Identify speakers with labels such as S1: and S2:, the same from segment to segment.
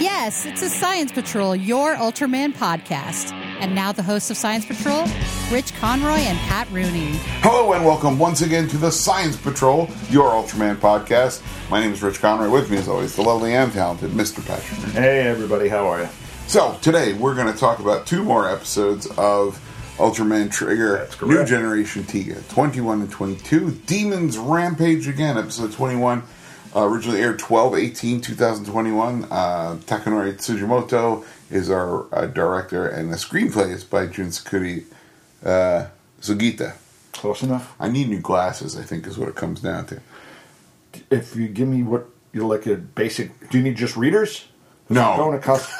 S1: Yes, it's a Science Patrol, your Ultraman podcast. And now the hosts of Science Patrol, Rich Conroy and Pat Rooney.
S2: Hello and welcome once again to the Science Patrol, your Ultraman podcast. My name is Rich Conroy. With me, as always, the lovely and talented Mr. Patrick.
S3: Hey everybody, how are you?
S2: So today we're going to talk about two more episodes of Ultraman Trigger,
S3: That's correct.
S2: New Generation Tiga, 21 and 22, Demons Rampage again, episode 21. Uh, originally aired 12 18 2021. Uh, Takanori Tsujimoto is our uh, director, and the screenplay is by Jun Sakuri uh, Sugita.
S3: Close enough.
S2: I need new glasses, I think, is what it comes down to.
S3: If you give me what you like a basic, do you need just readers?
S2: No.
S3: Don't accost-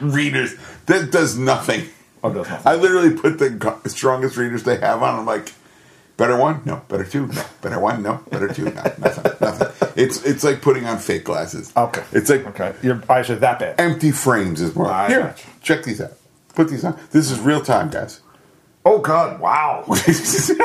S2: Readers, that does nothing.
S3: oh, that's not.
S2: I literally put the go- strongest readers they have on. I'm like, better one, no, better two, no, better one, no, better two, no, nothing, nothing. It's it's like putting on fake glasses.
S3: okay.
S2: It's like
S3: okay. Your eyes are that bad.
S2: empty frames is more.
S3: I
S2: Here,
S3: gotcha.
S2: check these out. Put these on. This is real time, guys.
S3: Oh God! Wow.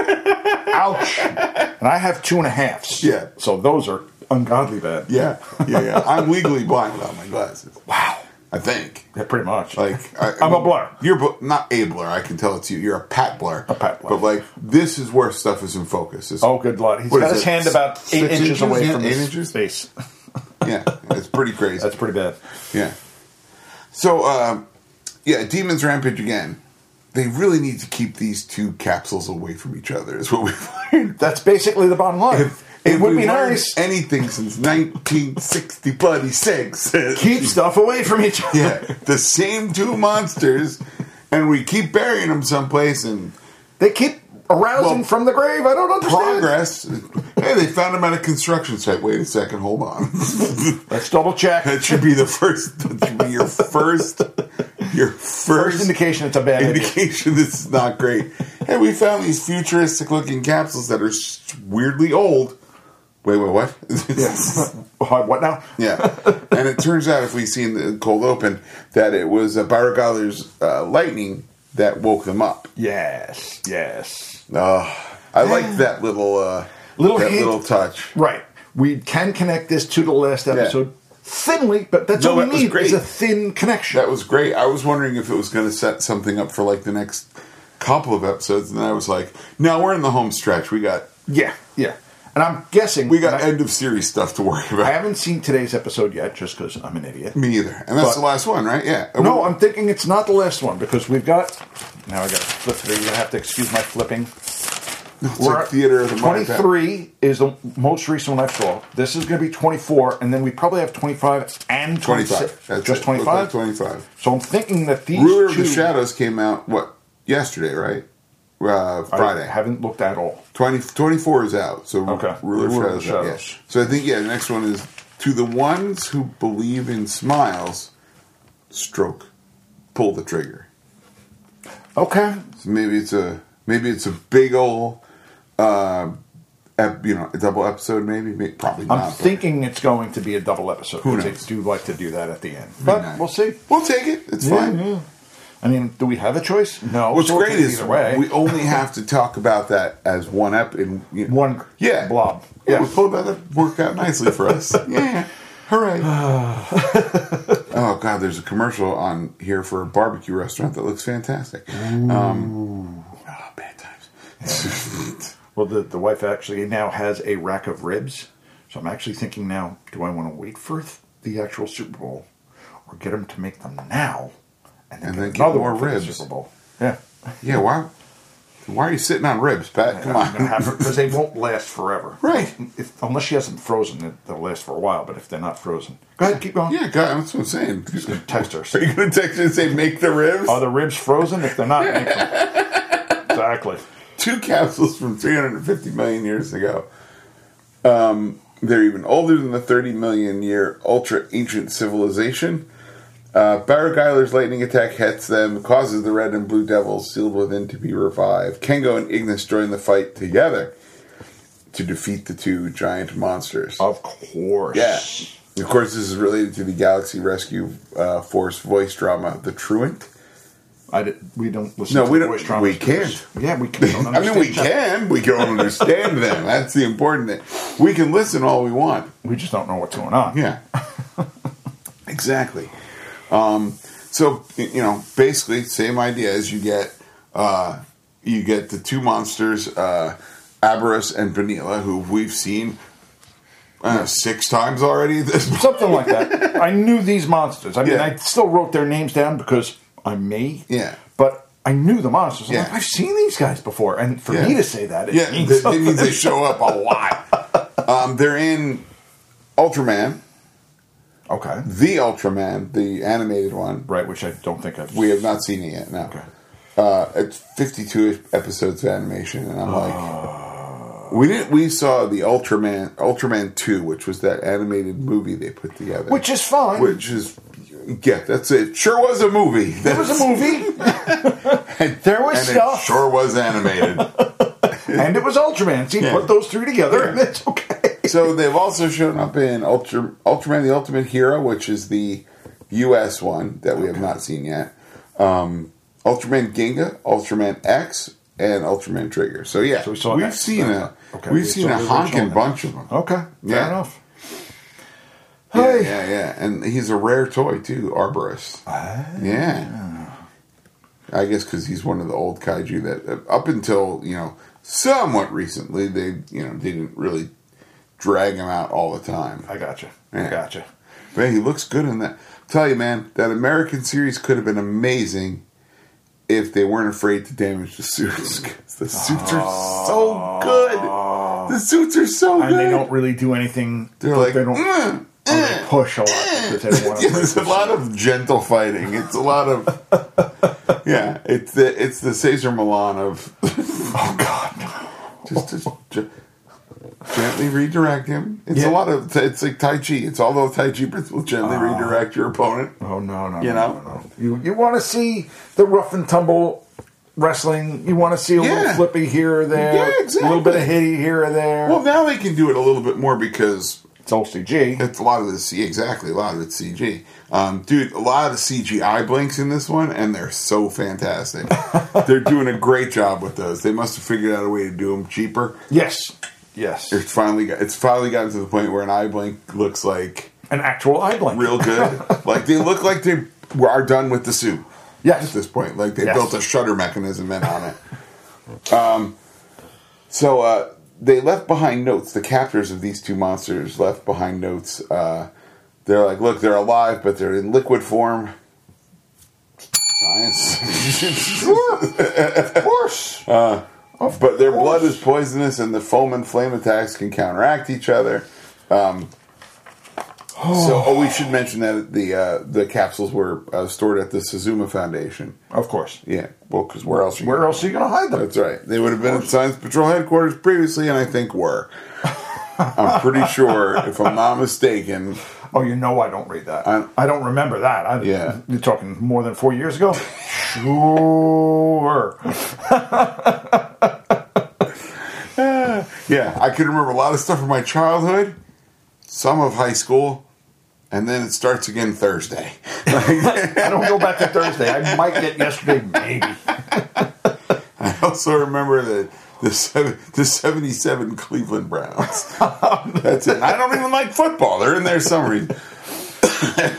S3: Ouch. and I have two and a halfs.
S2: Yeah.
S3: So those are ungodly bad.
S2: yeah, yeah, yeah. I'm legally blind without my glasses.
S3: Wow.
S2: I think.
S3: Yeah, pretty much.
S2: Like I,
S3: I'm a blur.
S2: You're bu- not a blur. I can tell it's you. You're a pat blur. A
S3: pat blur.
S2: But like this is where stuff is in focus. It's-
S3: oh, good lord. He's
S2: What
S3: got
S2: is
S3: his
S2: it?
S3: hand about eight
S2: Six
S3: inches,
S2: inches?
S3: away
S2: Yeah,
S3: from
S2: eight
S3: his
S2: inches?
S3: face.
S2: Yeah, it's pretty crazy.
S3: That's pretty bad.
S2: Yeah. So, um, yeah, Demons Rampage again. They really need to keep these two capsules away from each other, is what we've learned.
S3: That's basically the bottom line. it
S2: If
S3: would
S2: we
S3: be
S2: learned
S3: nice.
S2: Anything since 1960 bloody six.
S3: Keep stuff away from each other.
S2: yeah, the same two monsters, and we keep burying them someplace and
S3: They keep arousing
S2: Well,
S3: from the grave. I don't understand.
S2: progress. hey, they found him at a construction site. Wait a second, hold on.
S3: Let's double check.
S2: that should be the first. That should be your first. Your
S3: First indication it's a bad idea.
S2: indication this is not great. Hey, we found these futuristic looking capsules that are s- weirdly old. Wait, wait, what?
S3: Uh, what now?
S2: yeah. And it turns out, if we see in the cold open, that it was a Baragaler's uh, lightning that woke them up.
S3: Yes, yes.
S2: Uh, I like that little uh,
S3: Little
S2: that
S3: hint.
S2: little touch.
S3: Right. We can connect this to the last episode thinly, but that's
S2: No,
S3: all we
S2: that was
S3: need
S2: great.
S3: is a thin connection.
S2: That was great. I was wondering if it was going to set something up for like the next couple of episodes, and then I was like, "No, we're in the home stretch. We got
S3: yeah, yeah. And I'm guessing
S2: we got
S3: and I,
S2: end of series stuff to worry about."
S3: I haven't seen today's episode yet, just because I'm an idiot.
S2: Me either. And that's
S3: But-
S2: the last one, right? Yeah.
S3: No, I'm thinking it's not the last one because we've got. Now I got to flip through. You're gonna have to excuse my flipping.
S2: it's like theater of the mind.
S3: Twenty-three is the most recent one I saw. This is going to be twenty-four, and then we probably have twenty-five and
S2: 25.
S3: twenty-six.
S2: That's
S3: Just
S2: it. Looks like
S3: twenty-five.
S2: 25.
S3: So I'm thinking that these
S2: Ruler of
S3: two
S2: the Shadows came out, what, yesterday, right? Uh,
S3: I
S2: Friday.
S3: haven't looked at all.
S2: 20, 24 is out. So
S3: Okay.
S2: Ruler of Shadows.
S3: Ruler of the
S2: out, yeah.
S3: Shadows.
S2: So I think, yeah, the next one is To the Ones Who Believe in Smiles, Stroke, Pull the Trigger.
S3: Okay,
S2: So maybe it's a maybe it's a big ol' uh, ep, you know a double episode maybe, May- probably
S3: I'm
S2: not. but-
S3: thinking it's going to be a double episode.
S2: Who
S3: because
S2: knows?
S3: They do like to do that at the end,
S2: Maybe
S3: but
S2: not.
S3: we'll see.
S2: We'll take it. It's fine.
S3: I mean, do we have a choice? No.
S2: What's
S3: so it
S2: great
S3: could be
S2: is
S3: either way.
S2: we only have to talk about that as one ep in you know.
S3: one
S2: yeah
S3: blob.
S2: Yeah, we pulled that that worked out nicely for us. yeah, hooray! oh god, there's a commercial on here for a barbecue restaurant that looks fantastic. Um, ah, bad times.
S3: Well, the, the wife actually now has a rack of ribs. So I'm actually thinking now, do I want to wait for th- the actual Super Bowl or get them to make them now and then,
S2: And
S3: get
S2: then get
S3: another
S2: more
S3: one for the
S2: ribs.
S3: Super Bowl? Yeah.
S2: yeah, why? Why are you sitting on ribs, Pat? Come on.
S3: Because they won't last forever.
S2: Right.
S3: If, unless she has them frozen, it- they'll last for a while. But if they're not frozen, go ahead, keep going.
S2: Yeah, God, that's what I'm saying.
S3: Text her.
S2: Are you going to text her and say, make the ribs?
S3: Are the ribs frozen? If they're not, make them. Exactly.
S2: two capsules from 350 million years ago. Um, they're even older than the 30 million year ultra ancient civilization. Uh, Barageiler's lightning attack hits them, causes the red and blue devils sealed within to be revived. Kengo and Ignis join the fight together to defeat the two giant monsters.
S3: Of course.
S2: Yeah. Of course, this is related to the Galaxy Rescue uh, Force voice drama, The Truant.
S3: I did, we don't listen
S2: No,
S3: to
S2: we
S3: the
S2: don't-
S3: voice dramas
S2: we
S3: because- Yeah, we can't.
S2: I mean, we can. We can understand them. That's the important thing. We can listen all we want.
S3: We just don't know what's going on.
S2: Yeah. exactly. Um, So y- you know, basically, same idea as you get uh, you get the two monsters, uh, Aberrus and Benila, who we've seen uh, six times already. at This point.
S3: Something like that. I knew these monsters. I mean,
S2: Yeah.
S3: I still wrote their names down because I'm me.
S2: Yeah.
S3: But I knew the monsters. I'm
S2: Yeah.
S3: like, I've seen these guys before. And for
S2: Yeah.
S3: me to say that, it
S2: yeah,
S3: means
S2: that- that
S3: something.
S2: means they show up a lot. Um, they're in Ultraman,
S3: Okay.
S2: the Ultraman, the animated one.
S3: Right, which I don't think I've.
S2: We have not seen it yet. No,
S3: Okay.
S2: uh, it's fifty-two episodes of animation, and I'm
S3: Oh.
S2: like, we didn't. We saw the Ultraman, Ultraman Two, which was that animated movie they put together,
S3: Which is fine.
S2: which is yeah, that's it. Sure was a movie.
S3: it was a movie, there was
S2: and
S3: stuff.
S2: It sure was animated.
S3: and it was Ultraman. See,
S2: Yeah.
S3: put those three together,
S2: Yeah.
S3: and it's okay.
S2: so they've also shown up in Ultra, Ultraman the Ultimate Hero, which is the U.S. one that we have not seen yet. Um, Ultraman Ginga, Ultraman X, and Ultraman Trigger. So yeah,
S3: So we saw
S2: have
S3: X.
S2: seen a
S3: Okay,
S2: we've
S3: we
S2: seen
S3: saw
S2: a
S3: the
S2: honking
S3: original
S2: bunch of them.
S3: Okay, fair
S2: Yeah.
S3: enough.
S2: Yeah,
S3: Hey.
S2: yeah, yeah, and he's a rare toy too, Arborist.
S3: Ah.
S2: yeah, I guess because he's one of the old kaiju that, uh, up until you know, somewhat recently, they you know didn't really drag him out all the time.
S3: I gotcha.
S2: Yeah.
S3: I gotcha.
S2: Man, he looks good in that. tell you, man, that American series could have been amazing if they weren't afraid to damage the suits. 'cause the suits are so good. The suits are so
S3: And
S2: good.
S3: they don't really do anything.
S2: They're
S3: but
S2: like,
S3: they don't
S2: "Mm,
S3: or they push a lot because they don't want to.
S2: Yeah, it's a lot of gentle fighting. It's a lot of yeah. It's the it's the Cesar Milan of
S3: Oh God.
S2: just, just ge- gently redirect him. It's
S3: Yeah.
S2: a lot of it's like Tai Chi. It's all those Tai Chi principles. Gently
S3: Ah.
S2: redirect your opponent.
S3: Oh no, no,
S2: You
S3: no,
S2: know?
S3: no, no. You you want to see the rough and tumble wrestling? You want to see a little
S2: Yeah.
S3: flippy here or there?
S2: Yeah,
S3: A little bit of
S2: exactly.
S3: hitty here or there.
S2: Well, now they can do it a little bit more because
S3: it's all CG.
S2: it's a lot of the C exactly a lot of it's CG. Um, dude, a lot of the CGI blinks in this one, and they're so fantastic. they're doing a great job with those. They must have figured out a way to do them cheaper.
S3: Yes, yes.
S2: It's finally got, it's finally gotten to the point where an eye blink looks like
S3: An actual eye blink.
S2: real good. like they look like they were- are done with the suit at
S3: Yes.
S2: this point. Like they
S3: Yes.
S2: built a shutter mechanism in on it. Um, so uh, they left behind notes. The captors of these two monsters left behind notes. Uh, they're like, look, they're alive, but they're in liquid form. Science.
S3: of course.
S2: but their blood is poisonous, and the foam and flame attacks can counteract each other. Um, so, oh, we should mention that the uh, the capsules were uh, stored at the Suzuma Foundation.
S3: of course.
S2: Yeah, well, because where else? Are you
S3: Where
S2: gonna-
S3: else are you going to hide them?
S2: That's right. They would have been at Science Patrol headquarters previously, and I think were. I'm pretty sure, if I'm not mistaken.
S3: Oh, you know I don't read that. I,
S2: I-
S3: don't remember that. I,
S2: Yeah.
S3: You're talking more than four years ago? sure.
S2: Yeah, I can remember a lot of stuff from my childhood, some of high school, and then it starts again Thursday.
S3: I don't go back to Thursday. I might get yesterday, maybe.
S2: I also remember the the seven, the seventy seven Cleveland Browns. That's it. I don't even like football. They're in their summary.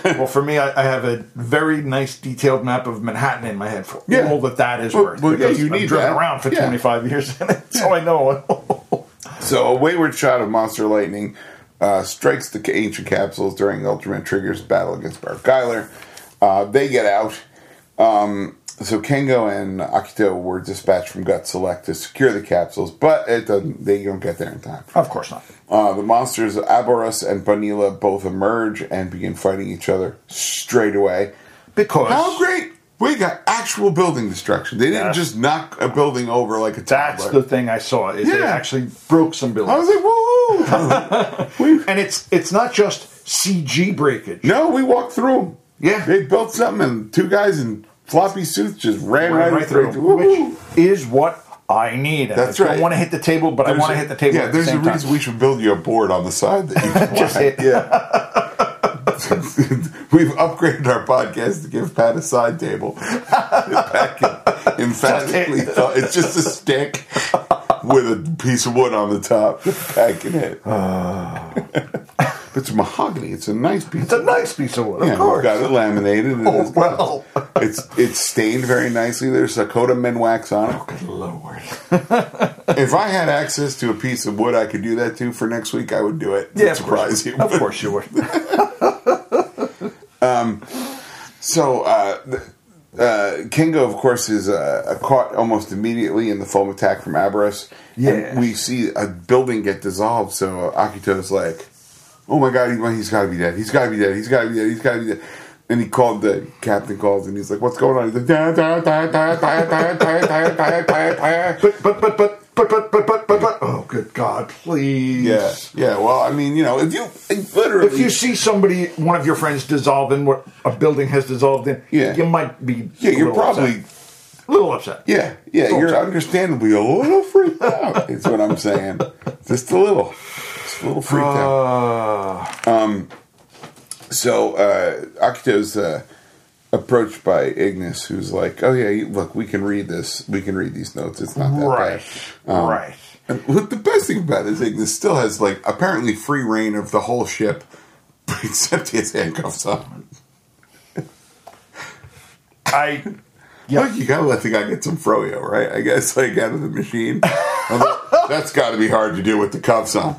S3: Well, for me, I, I have a very nice detailed map of Manhattan in my head for
S2: Yeah.
S3: all that that is
S2: Well-
S3: worth.
S2: well, yeah,
S3: because
S2: you
S3: I've
S2: need
S3: driven
S2: that.
S3: around for
S2: Yeah.
S3: 25 years in it, so I know.
S2: So a wayward shot of Monster Lightning uh, strikes the ancient capsules during Ultraman Trigger's battle against Barb Geiler. Uh, they get out. Um, so Kengo and Akito were dispatched from Gut Select to secure the capsules, but it doesn't, they don't get there in time.
S3: of course not.
S2: Uh, the monsters Aboros and Banila both emerge and begin fighting each other straight away.
S3: Because
S2: How great! We got actual building destruction. They didn't
S3: Yeah.
S2: just knock a building over like a
S3: that's
S2: toddler.
S3: the thing I saw, is they
S2: Yeah.
S3: actually broke some
S2: I
S3: buildings.
S2: was like, woo! we,
S3: And it's it's not just CG breakage.
S2: no, we walked through 'em.
S3: Yeah.
S2: they built something, and two guys in floppy suits just ran,
S3: right,
S2: right,
S3: right
S2: through.
S3: through,
S2: it. Woo-hoo.
S3: which is what I need. And
S2: That's
S3: I don't
S2: right.
S3: want to hit the table, but I
S2: There's
S3: want to
S2: a-
S3: hit the table.
S2: Yeah,
S3: at
S2: there's
S3: the
S2: a
S3: same
S2: reason
S3: time.
S2: we should build you a board on the side that you can
S3: Just
S2: fly.
S3: hit.
S2: Yeah. We've upgraded our podcast to give Pat a side table. Pat can emphatically,
S3: hit.
S2: thought- it's just a stick with a piece of wood on the top. Pat can hit. It's mahogany. It's a nice piece.
S3: Uh. It's a nice piece of wood,
S2: yeah,
S3: of course.
S2: we've got it laminated. and
S3: Oh,
S2: it's-
S3: well.
S2: It's it's stained very nicely. There's Dakota Men wax on it.
S3: Good lord.
S2: If I had access to a piece of wood I could do that to for next week, I would do it. Would surprise you.
S3: Of course you would.
S2: So, uh, th- uh, Kingo, of course, is uh, caught almost immediately in the foam attack from Aberrus.
S3: Yeah.
S2: And we see a building get dissolved, so Akito's like, oh my god, he, he's gotta be dead. He's gotta be dead. He's gotta be dead. He's gotta be dead. And he called the captain calls and he's like, "What's going on?" He's like, "Da, da, da, da, da, da, da, da, da, da, da."
S3: but, but, but, but, but, but, but, but, but, but, oh, good God, please.
S2: "Yeah, yeah." Well, I mean, you know, if you if literally,
S3: If you see somebody, one of your friends dissolve in what a building has dissolved in,
S2: Yeah.
S3: you might be.
S2: yeah,
S3: a
S2: you're
S3: little
S2: probably
S3: upset. A little upset.
S2: Yeah, yeah,
S3: Little
S2: you're
S3: upset.
S2: understandably a little freaked out. is what I'm saying. Just a little, just a little freaked out.
S3: Uh,
S2: So uh, Akito's uh, approached by Ignis, who's like, "Oh yeah, you, look, we can read this. We can read these notes. It's not that
S3: right.
S2: bad." Um,
S3: right.
S2: And what the best thing about it is Ignis still has like apparently free reign of the whole ship, except he has handcuffs on.
S3: I.
S2: Like you gotta let the guy get some froyo, right? I guess like out of the machine. Although, that's got to be hard to do with the cuffs on.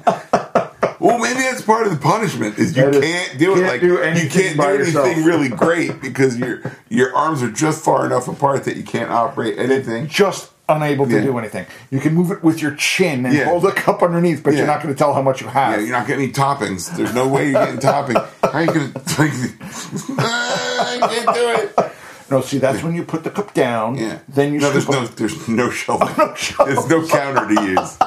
S2: Well, maybe that's part of the punishment is you
S3: That is-
S2: can't do it
S3: can't
S2: like
S3: do
S2: you
S3: anything
S2: can't do
S3: by yourself.
S2: anything really great because your your arms are just far enough apart that you can't operate anything.
S3: Just unable to
S2: Yeah.
S3: do anything. You can move it with your chin and
S2: Yeah.
S3: hold a cup underneath, but
S2: Yeah.
S3: you're not going to tell how much you
S2: Yeah,
S3: have.
S2: you're not getting any toppings. There's no way you're getting toppings. How you gonna? Like, I can't do it.
S3: No, see, that's when you put the cup down.
S2: Yeah.
S3: Then you
S2: no, there's
S3: scoop
S2: no
S3: up-
S2: there's no shelving. There's no counter to use.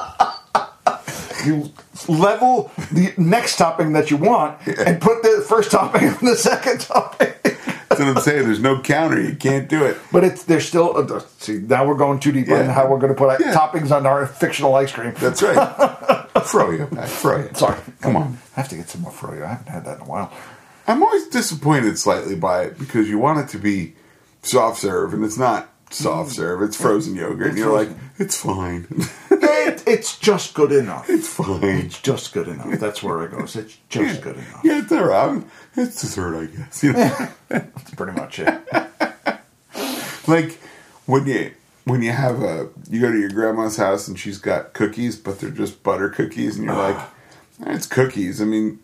S3: you level the next topping that you want and put the first topping on the second topping.
S2: That's what I'm saying. There's no counter. You can't do it.
S3: But it's there's still uh, see now we're going too deep on
S2: Yeah.
S3: how we're going to put uh,
S2: Yeah.
S3: toppings on our fictional ice cream.
S2: That's right. Froyo. Matt, Froyo.
S3: Sorry,
S2: Come on.
S3: I have to get some more froyo. I haven't had that in a while.
S2: I'm always disappointed slightly by it because you want it to be soft serve and it's not soft serve. Mm. It's frozen yogurt. And you're like, it's fine.
S3: It, it's just good enough.
S2: It's fine.
S3: It's just good enough. That's where it goes. It's just good enough.
S2: Yeah, it's all right. It's dessert, I guess. You know?
S3: That's pretty much it.
S2: like when you when you have a you go to your grandma's house and she's got cookies, but they're just butter cookies, and you're like, "Eh, it's cookies. I mean,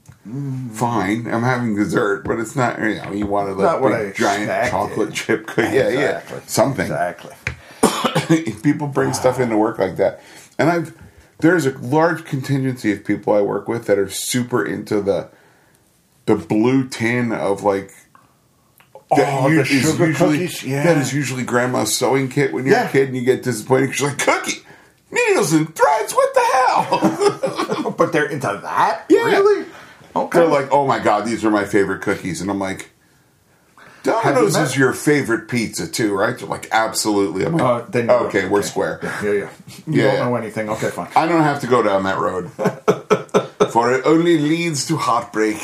S2: fine, I'm having dessert, but it's not. You know, you wanted like
S3: Not what I
S2: big, giant
S3: expected.
S2: chocolate chip cookie. Yeah,
S3: exactly.
S2: yeah, something.
S3: Exactly.
S2: people bring stuff into work like that, and I've there's a large contingency of people I work with that are super into the the blue tin of like
S3: Oh,
S2: u-
S3: the
S2: is
S3: sugar cookies. Yeah.
S2: That is usually grandma's sewing kit when you're
S3: Yeah.
S2: a kid and you get disappointed because you're like, cookie, needles and threads, what the hell?
S3: but they're into that.
S2: Yeah.
S3: Really? Okay.
S2: They're like, oh my god, these are my favorite cookies. And I'm like, Domino's
S3: met-
S2: is your favorite pizza too, right? They're like, absolutely. I'm like,
S3: Uh, then you're
S2: okay,
S3: right.
S2: we're
S3: Okay.
S2: square.
S3: Yeah, yeah. You
S2: Yeah.
S3: don't know anything. Okay, fine.
S2: I don't have to go down that road. For it only leads to heartbreak.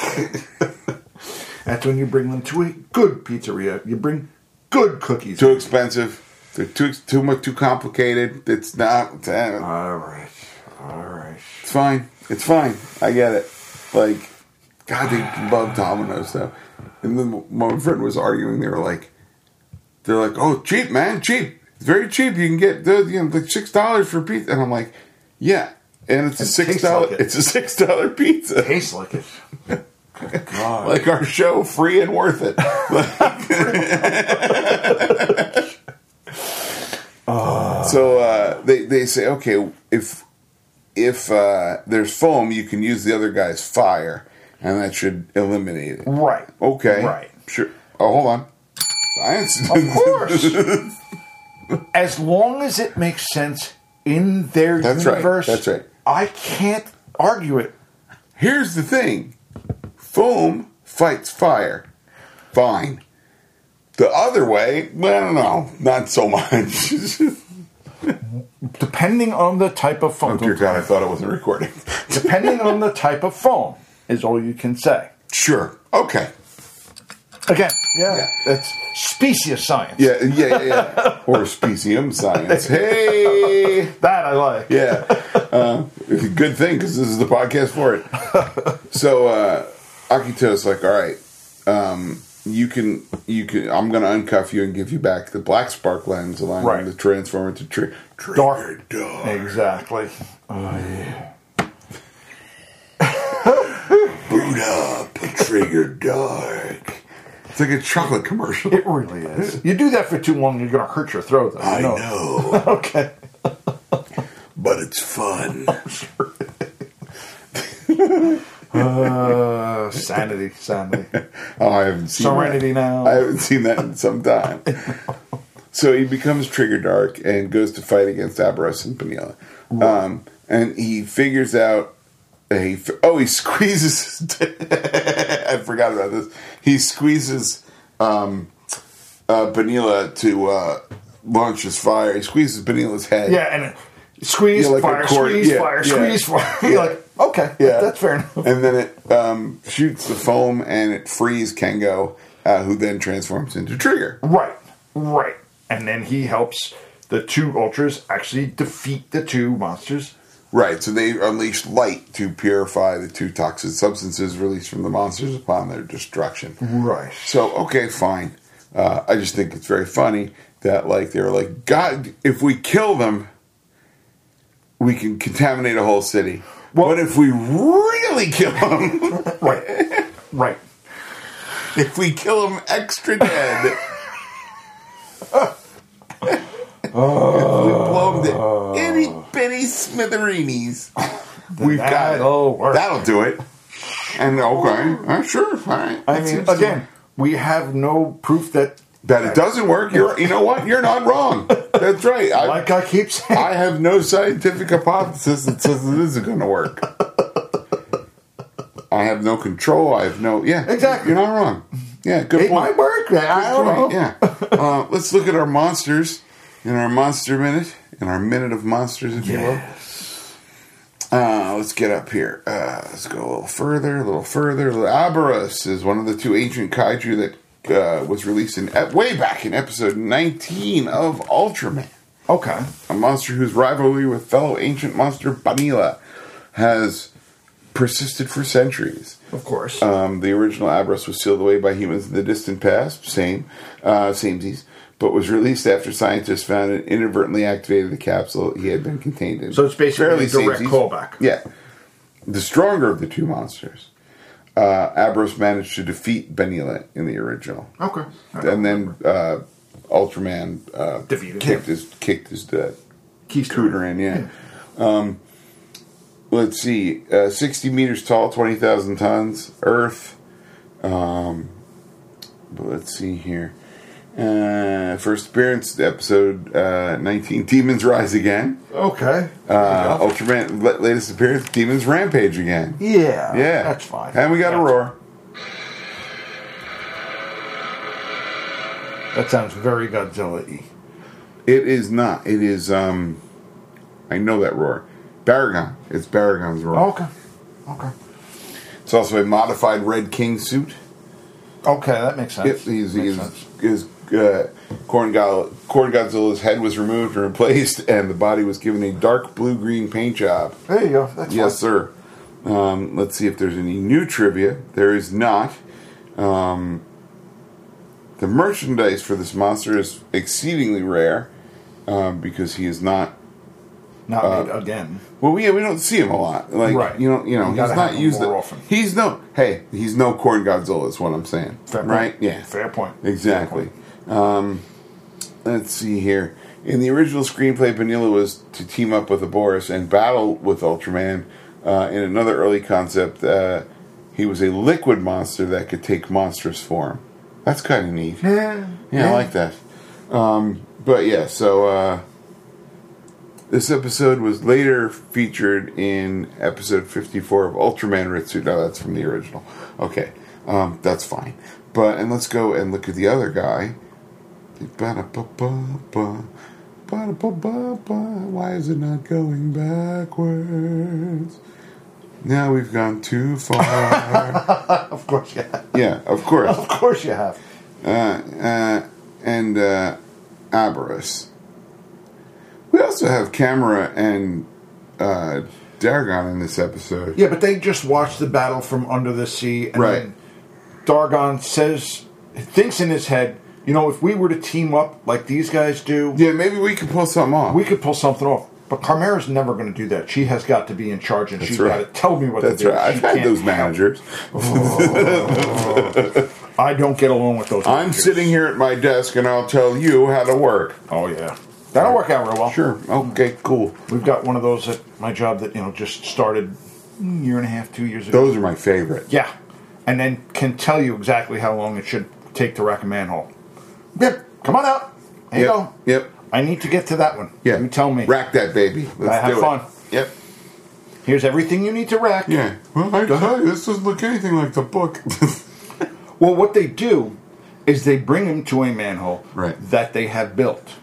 S3: That's when you bring them to a good pizzeria. You bring good cookies.
S2: too expensive. They're too too much too complicated. It's not. eh,
S3: all right, all right.
S2: It's fine. It's fine. I get it. Like, God, they love Domino's though. And then my friend was arguing. They were like, they're like, oh, cheap, man, cheap. It's very cheap. You can get the you know like six dollars for pizza. And I'm like, yeah. And it's a
S3: It
S2: six
S3: tastes
S2: dollar.
S3: like it.
S2: it's a six dollar pizza.
S3: Tastes like it. Good God.
S2: like our show, free and worth it. so uh, they they say, okay, if if uh, there's foam, you can use the other guy's fire, and that should eliminate it.
S3: right.
S2: Okay,
S3: Right.
S2: sure. Oh, hold on. Science,
S3: Of course. as long as it makes sense in their
S2: That's right,
S3: universe.
S2: that's right.
S3: I can't argue it.
S2: Here's the thing foam fights fire. Fine. The other way, I don't know, not so much.
S3: Depending on the type of foam.
S2: oh, dear God, I thought it wasn't recording.
S3: depending on the type of foam is all you can say.
S2: sure. Okay.
S3: Again, yeah,
S2: Yeah.
S3: that's species science.
S2: Yeah, yeah, yeah, yeah. or specium science. Hey!
S3: That I like.
S2: Yeah. Uh, Good thing, because this is the podcast for it. so uh, Akito's like, all right, um, you can, you can. I'm going to uncuff you and give you back the black spark lens, allowing
S3: Right.
S2: you to transform into tri- trigger
S3: Dark.
S2: dog.
S3: Exactly. Oh, yeah.
S2: Boot up, trigger dark. It's like a chocolate commercial.
S3: It really is. You do that for too long, you're going to hurt your throat. Though.
S2: I
S3: You
S2: know,
S3: Okay.
S2: but it's fun.
S3: Uh, sanity, sanity,
S2: Oh, I haven't seen
S3: serenity
S2: that.
S3: now.
S2: I haven't seen that in some time. so he becomes Trigger Dark and goes to fight against Abaros and Panila. Um, and he figures out. He, f- oh, he squeezes. I forgot about this. He squeezes um, uh, Benila to uh, launch his fire. He squeezes Benila's head.
S3: yeah, and it, squeeze,
S2: Yeah, like a
S3: fire,
S2: cord-
S3: squeeze,
S2: yeah,
S3: fire,
S2: yeah.
S3: squeeze, fire. You're like, okay, yeah. that's fair enough.
S2: And then it um, shoots the foam and it frees Kengo, uh, who then transforms into Trigger.
S3: Right, right. And then he helps the two ultras actually defeat the two monsters.
S2: Right, so they unleashed light to purify the two toxic substances released from the monsters upon their destruction.
S3: Right.
S2: So, okay, fine. Uh, I just think it's very funny that, like, they were like, God, if we kill them, we can contaminate a whole city.
S3: Well-
S2: but if we really kill them,
S3: Right. right.
S2: if we kill them extra dead, if we blow them to itty bitty smithereenies, we've got it.
S3: That'll work.
S2: That'll do it. And okay, uh, sure, all right.
S3: I mean,
S2: That's-
S3: again, we have no proof that,
S2: that it doesn't work. You're, you know what? You're not wrong. That's right. I,
S3: like I keep saying,
S2: I have no scientific hypothesis that says it isn't going to work. I have no control. I have no yeah.
S3: Exactly.
S2: You're not wrong. Yeah, good
S3: it
S2: point.
S3: might work. I don't know.
S2: Right, yeah. Uh, let's look at our monsters in our monster minute, in our minute of monsters, if you will. Uh, let's get up here. Uh, let's go a little further, a little further. Aberus is one of the two ancient kaiju that uh, was released in ep- way back in episode 19 of Ultraman.
S3: Okay.
S2: A monster whose rivalry with fellow ancient monster Banila has persisted for centuries.
S3: Of course.
S2: Um, the original Abras was sealed away by humans in the distant past, same, uh, samesies, but was released after scientists found it inadvertently activated the capsule he had been contained in.
S3: So it's basically a direct
S2: samesies.
S3: callback.
S2: Yeah. The stronger of the two monsters. Uh, Abras managed to defeat Benila in the original.
S3: okay.
S2: And then uh, Ultraman uh,
S3: Defeated
S2: kicked
S3: him.
S2: his kicked his uh,
S3: Keith
S2: Cooter in, yeah. Um, let's see, uh, 60 meters tall, 20,000 tons, Earth. Um, but let's see here. Uh, first appearance, episode uh, 19, Demons Rise Again.
S3: Okay.
S2: Uh, Ultraman, la- latest appearance, Demons Rampage Again.
S3: yeah.
S2: Yeah.
S3: That's fine.
S2: And we got
S3: Yeah.
S2: a roar.
S3: That sounds very Godzilla y.
S2: It is not. It is, um, I know that roar. Baragon. It's Baragon's roar.
S3: Okay. Okay.
S2: It's also a modified Red King suit.
S3: Okay, that makes sense.
S2: Yep, he's,
S3: Makes
S2: he's,
S3: sense.
S2: his uh, corn, go- corn Godzilla's head was removed and replaced, and the body was given a dark blue green paint job.
S3: There you go. That's
S2: Yes, sir. Um, let's see if there's any new trivia. There is not. Um, the merchandise for this monster is exceedingly rare um, because he is not.
S3: fine. Not made
S2: Uh,
S3: again.
S2: Well, yeah, we don't see him a lot. Like
S3: Right.
S2: you know, you know,
S3: You gotta
S2: he's
S3: have
S2: not
S3: him
S2: used.
S3: more
S2: to-
S3: often.
S2: He's no. Hey, he's no corn Godzilla. Is what I'm saying.
S3: Fair point.
S2: right? Yeah.
S3: Fair point.
S2: Exactly. Um, let's see here. In the original screenplay, Benila was to team up with Aboris and battle with Ultraman. Uh, in another early concept, uh, he was a liquid monster that could take monstrous form. That's kind of neat. Yeah,
S3: Yeah.
S2: I like that. Um, but yeah, so uh, this episode was later featured in episode 54 of Ultraman Ritsu. Now that's from the original. Okay, um, that's fine. But and let's go and look at the other guy. Ba-da-ba-ba-ba. Ba-da-ba-ba-ba. Why is it not going backwards? Now we've gone too far.
S3: Of course you have.
S2: yeah, of course.
S3: Of course you have.
S2: Uh, uh, and uh, Aberus. We also have Camera and uh, Dargon in this episode.
S3: Yeah, but they just watched the battle from under the sea, and
S2: Right.
S3: then Dargon says, thinks in his head, you know, if we were to team up like these guys do,
S2: Yeah, maybe we could pull something off.
S3: we could pull something off. But Carmera's never going to do that. She has got to be in charge, and she's
S2: right.
S3: got to tell me what
S2: That's
S3: to do.
S2: right. I've
S3: She
S2: had
S3: can't
S2: those
S3: help.
S2: managers.
S3: I don't get along with those.
S2: I'm
S3: managers.
S2: sitting here at my desk and I'll tell you how to work.
S3: Oh yeah, that'll work out real well.
S2: Sure. Okay, cool.
S3: We've got one of those at my job that you know just started a year and a half, two years ago.
S2: Those are my favorite.
S3: Yeah, and then can tell you exactly how long it should take to rack a manhole. Yep, come on out.
S2: Yep.
S3: Here you go.
S2: Yep.
S3: I need to get to that one.
S2: Yeah.
S3: you tell me.
S2: Rack that baby. Let's
S3: have
S2: do it.
S3: fun.
S2: Yep.
S3: Here's everything you need to rack.
S2: Yeah. Well, I tell you, this doesn't look anything like the book.
S3: Well, what they do is they bring him to a manhole
S2: Right.
S3: that they have built.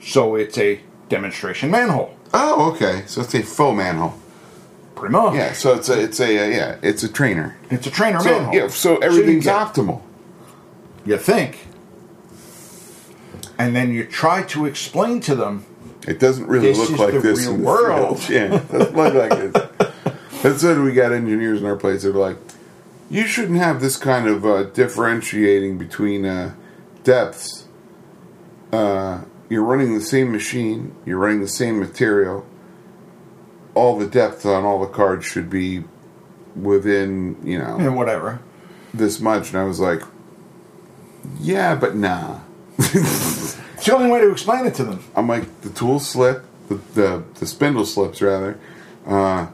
S3: So it's a demonstration manhole,
S2: oh, okay. So it's a faux manhole.
S3: pretty much.
S2: Yeah. So it's a it's a uh, yeah it's a trainer.
S3: It's a trainer
S2: So
S3: manhole.
S2: yeah. So
S3: you
S2: everything's
S3: get-
S2: optimal.
S3: You think. And then you try to explain to them
S2: It doesn't really
S3: This
S2: look
S3: is
S2: like
S3: the
S2: this
S3: real
S2: in the
S3: world.
S2: field. Yeah, it doesn't look like this. That's what we got engineers in our place. They're like, you shouldn't have this kind of uh, differentiating between uh, depths. Uh, you're running the same machine. You're running the same material. All the depth on all the cards should be within, you know,
S3: and whatever.
S2: this much. And I was like, yeah, but nah.
S3: It's the only way to explain it to them.
S2: I'm like the tools slip, the the, the spindle slips rather. Uh,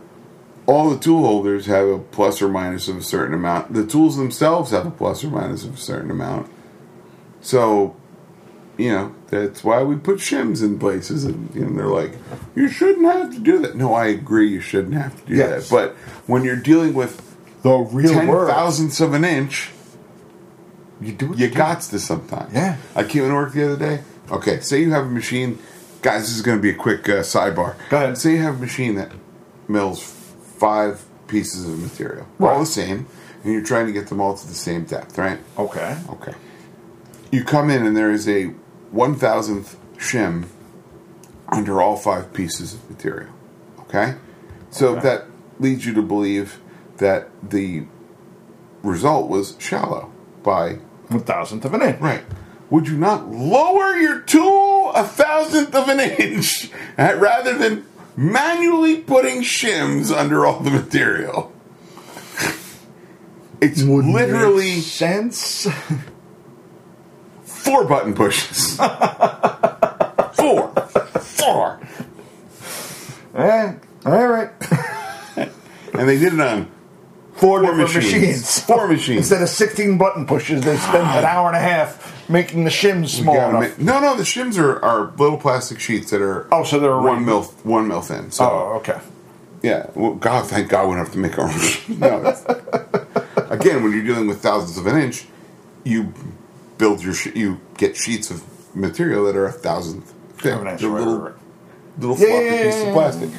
S2: all the tool holders have a plus or minus of a certain amount. The tools themselves have a plus or minus of a certain amount. So, you know that's why we put shims in places, and, and they're like, you shouldn't have to do that. No, I agree, you shouldn't have to do
S3: Yes.
S2: that. But when you're dealing with
S3: The real
S2: ten
S3: world.
S2: thousandths of an inch,
S3: you do what
S2: you
S3: do.
S2: got to sometimes.
S3: Yeah.
S2: I came into work the other day. Okay, say you have a machine. Guys, this is going to be a quick uh, sidebar.
S3: Go ahead.
S2: Say you have a machine that mills five pieces of material, all
S3: Right.
S2: the same, and you're trying to get them all to the same depth, right?
S3: Okay.
S2: Okay. You come in and there is a one thousandth shim under all five pieces of material. Okay? So
S3: Okay.
S2: that leads you to believe that the result was shallow by
S3: One thousandth of an inch.
S2: Right. Would you not lower your tool a thousandth of an inch uh, rather than manually putting shims under all the material? It's
S3: Wouldn't make
S2: literally
S3: sense.
S2: four button pushes. four. Four.
S3: Eh, all right.
S2: And they did it on
S3: Four,
S2: four
S3: different
S2: machines.
S3: machines.
S2: Four machines.
S3: Instead of 16 button pushes, they spend an hour and a half making the shims small
S2: Gotta
S3: enough.
S2: admit- no, no, the shims are, are little plastic sheets that are
S3: Oh, so they're
S2: one
S3: already-
S2: mil one mil thin. So
S3: oh, okay.
S2: Yeah. Well, God, thank God we don't have to make our own. no. it's- Again, when you're dealing with thousands of an inch, you build your sh- you get sheets of material that are a thousandth thick.
S3: Have an inch,
S2: They're
S3: right,
S2: little
S3: right,
S2: little
S3: Yeah,
S2: floppy
S3: yeah, yeah,
S2: pieces
S3: yeah,
S2: of plastic.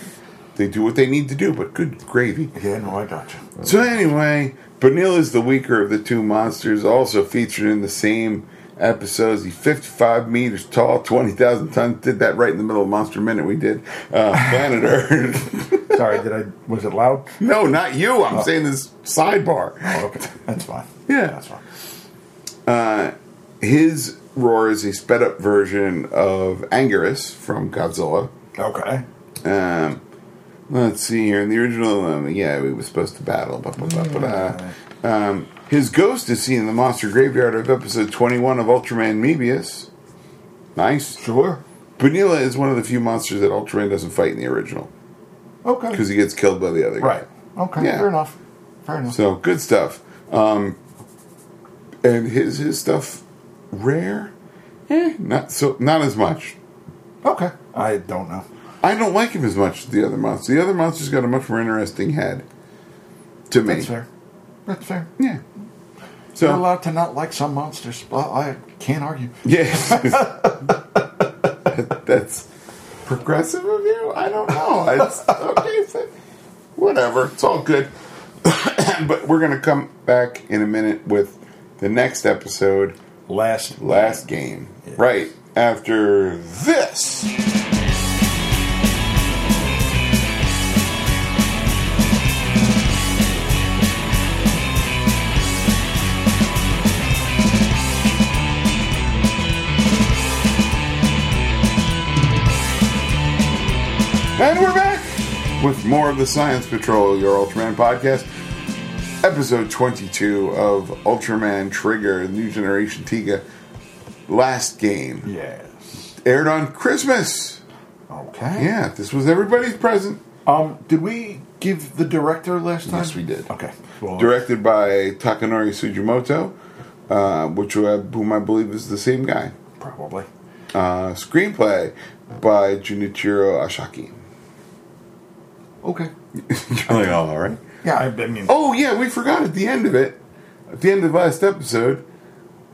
S2: They do what they need to do, but good gravy.
S3: right. Yeah, no, I got you.
S2: So anyway, Benil is the weaker of the two monsters, also featured in the same episodes. He's 55 meters tall, 20,000 tons. Did that right in the middle of Monster Minute we did. Uh, Planet Earth.
S3: Sorry, did I? Was it loud?
S2: No, not you. I'm saying this sidebar.
S3: Oh, okay, that's fine.
S2: Yeah.
S3: that's fine.
S2: His roar is a sped up version of Anguirus from Godzilla.
S3: Okay.
S2: Um, let's see here. In the original, um, yeah, we were supposed to battle. Blah, blah, blah, blah, blah. Um, his ghost is seen in the monster graveyard of episode 21 of Ultraman Mebius. Nice.
S3: Sure.
S2: Benila is one of the few monsters that Ultraman doesn't fight in the original
S3: Okay.
S2: because he gets killed by the other guy.
S3: right. Okay.
S2: Yeah.
S3: Fair enough. Fair enough.
S2: So good stuff. Um, and his his stuff rare, eh? Not so not as much.
S3: okay. I don't know.
S2: I don't like him as much as the other monster. The other monster's got a much more interesting head. To me,
S3: That's fair. That's fair.
S2: yeah.
S3: You're
S2: So
S3: allowed to not like some monsters. Well, I can't argue.
S2: yeah, That- that's progressive of you. I don't know. It's okay. so- Whatever. It's all good. but we're gonna come back in a minute with the next episode.
S3: Last.
S2: last game. Right after this. And we're back with more of the Science Patrol, your Ultraman podcast. Episode 22 of Ultraman Trigger, New Generation Tiga. Last game.
S3: Yes.
S2: Aired on Christmas.
S3: Okay.
S2: Yeah, this was everybody's present.
S3: Um, did we give the director last time?
S2: Yes, we did.
S3: Okay. Well,
S2: Directed by Takanori Sujimoto, uh, which uh, whom I believe is the same guy.
S3: Probably.
S2: Uh, screenplay by Junichiro Ashaki.
S3: Okay.
S2: You're like, all right.
S3: Yeah, I, I mean,
S2: Oh yeah, we forgot at the end of it, at the end of last episode,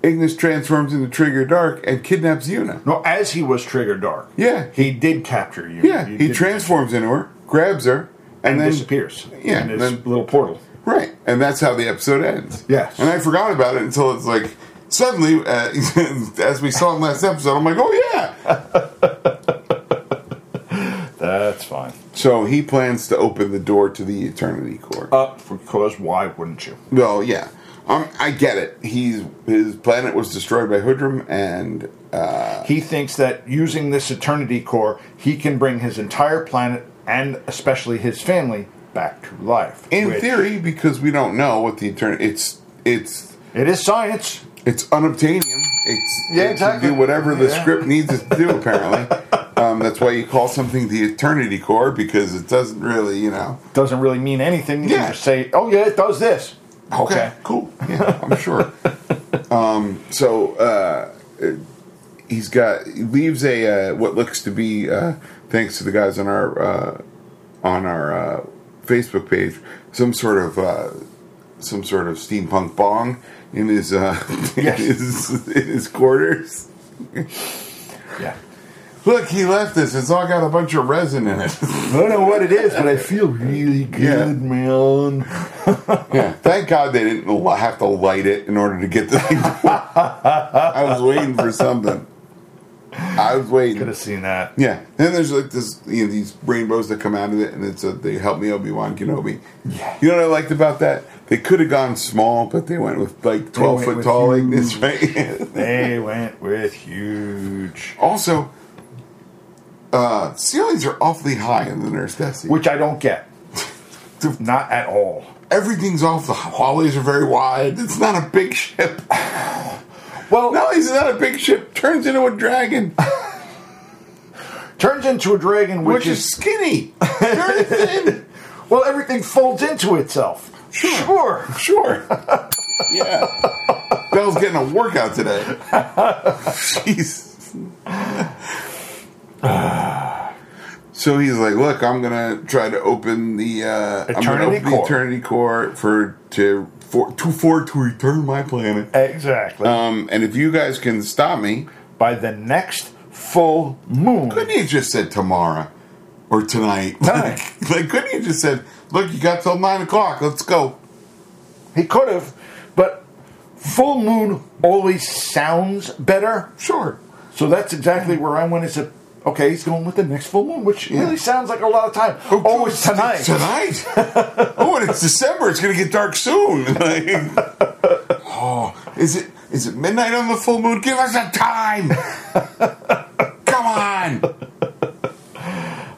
S2: Ignis transforms into Trigger Dark and kidnaps Yuna.
S3: no, as he was Trigger Dark,
S2: Yeah,
S3: he did capture you.
S2: yeah,
S3: You
S2: he
S3: did-
S2: transforms into her, grabs her, and,
S3: and
S2: then
S3: disappears.
S2: Yeah,
S3: in his
S2: then-
S3: little portal.
S2: right, and that's how the episode ends.
S3: Yes.
S2: and I forgot about it until it's like suddenly, uh, as we saw in last episode, I'm like, oh yeah.
S3: That's fine.
S2: So he plans to open the door to the Eternity Core.
S3: Uh, because why wouldn't you?
S2: Well, yeah, um, I get it. He's his planet was destroyed by Hoodrum, and
S3: He thinks that using this Eternity Core, he can bring his entire planet and especially his family back to life.
S2: In
S3: which-
S2: theory, because we don't know what the eternity it's it's
S3: it is science.
S2: it's unobtainium. It's
S3: Yeah,
S2: it
S3: exactly.
S2: can do whatever the
S3: Yeah.
S2: script needs it to do. Apparently, um, that's why you call something the eternity core because it doesn't really, you know.
S3: Doesn't really mean anything. You
S2: Yeah.
S3: can just say, "Oh yeah, it does this."
S2: cool. Yeah, I'm sure. um, so uh, he's got he leaves a uh, what looks to be uh, thanks to the guys on our uh, on our uh, Facebook page some sort of uh, some sort of steampunk bong in his uh,
S3: Yes.
S2: in his in his quarters.
S3: Yeah.
S2: Look, he left this. It's all got a bunch of resin in it.
S3: I don't know what it is, but I feel really good,
S2: Yeah.
S3: man.
S2: Yeah, thank God they didn't li- have to light it in order to get the thing. I was waiting for something. I was
S3: Could
S2: waiting.
S3: have seen that.
S2: Yeah. Then there's like this, you know, these rainbows that come out of it, and it's a they help me Obi Wan Kenobi.
S3: Yeah.
S2: You know what I liked about that? They could have gone small, but they went with like twelve
S3: went
S2: foot
S3: with
S2: tall
S3: huge.
S2: Ignis, right?
S3: They went with huge,
S2: also, uh, ceilings are awfully high in the Nurse Desi.
S3: which I don't get. Not at all.
S2: Everything's off. The hallways are very wide. It's not a big ship.
S3: Well,
S2: Now he's not a big ship. Turns into a dragon,
S3: turns into a dragon, which,
S2: which is
S3: is
S2: skinny. Very thin.
S3: well, everything folds into itself. Sure.
S2: Sure. Yeah. Bell's getting a workout today. Jeez. So he's like, "Look, I'm gonna try to open the uh, I'm gonna
S3: Eternity
S2: open the
S3: core.
S2: eternity core for to for to for to return my planet.
S3: Exactly.
S2: Um, and if you guys can stop me,
S3: By the next full moon.
S2: Couldn't you just said tomorrow or tonight?
S3: Tonight.
S2: Like, like, couldn't you just said, look, you got till nine o'clock, let's go.
S3: He could have, but full moon always sounds better.
S2: Sure.
S3: So that's exactly where I went. Is a okay? He's going with the next full moon, which really sounds like a lot of time. Oh, it's tonight.
S2: Tonight? oh, and it's December. It's going to get dark soon. Like, oh, is it is it midnight on the full moon? Give us a time. Come on.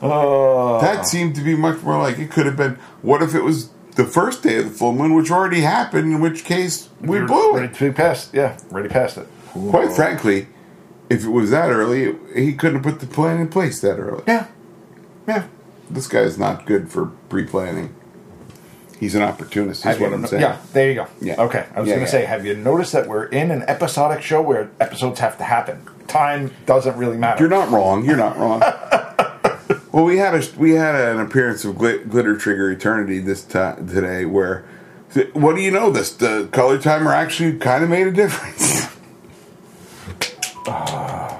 S3: Oh.
S2: that seemed to be much more like it could have been. What if it was the first day of the full moon, which already happened, in which case we blew it?
S3: Ready to be passed. Yeah, ready past it.
S2: Quite frankly, if it was that early, he couldn't have put the plan in place that early.
S3: Yeah, yeah.
S2: This guy's not good for pre planning. He's an opportunist, is
S3: Have
S2: what
S3: you
S2: I'm
S3: no-
S2: saying.
S3: Yeah, there you go.
S2: Yeah.
S3: Okay, I was
S2: Yeah,
S3: going
S2: yeah.
S3: to say, have you noticed that we're in an episodic show where episodes have to happen? Time doesn't really matter.
S2: You're not wrong. You're not wrong. well, we had a we had an appearance of Glit, Glitter Trigger Eternity this time today, where what do you know? This the color timer actually kind of made a difference.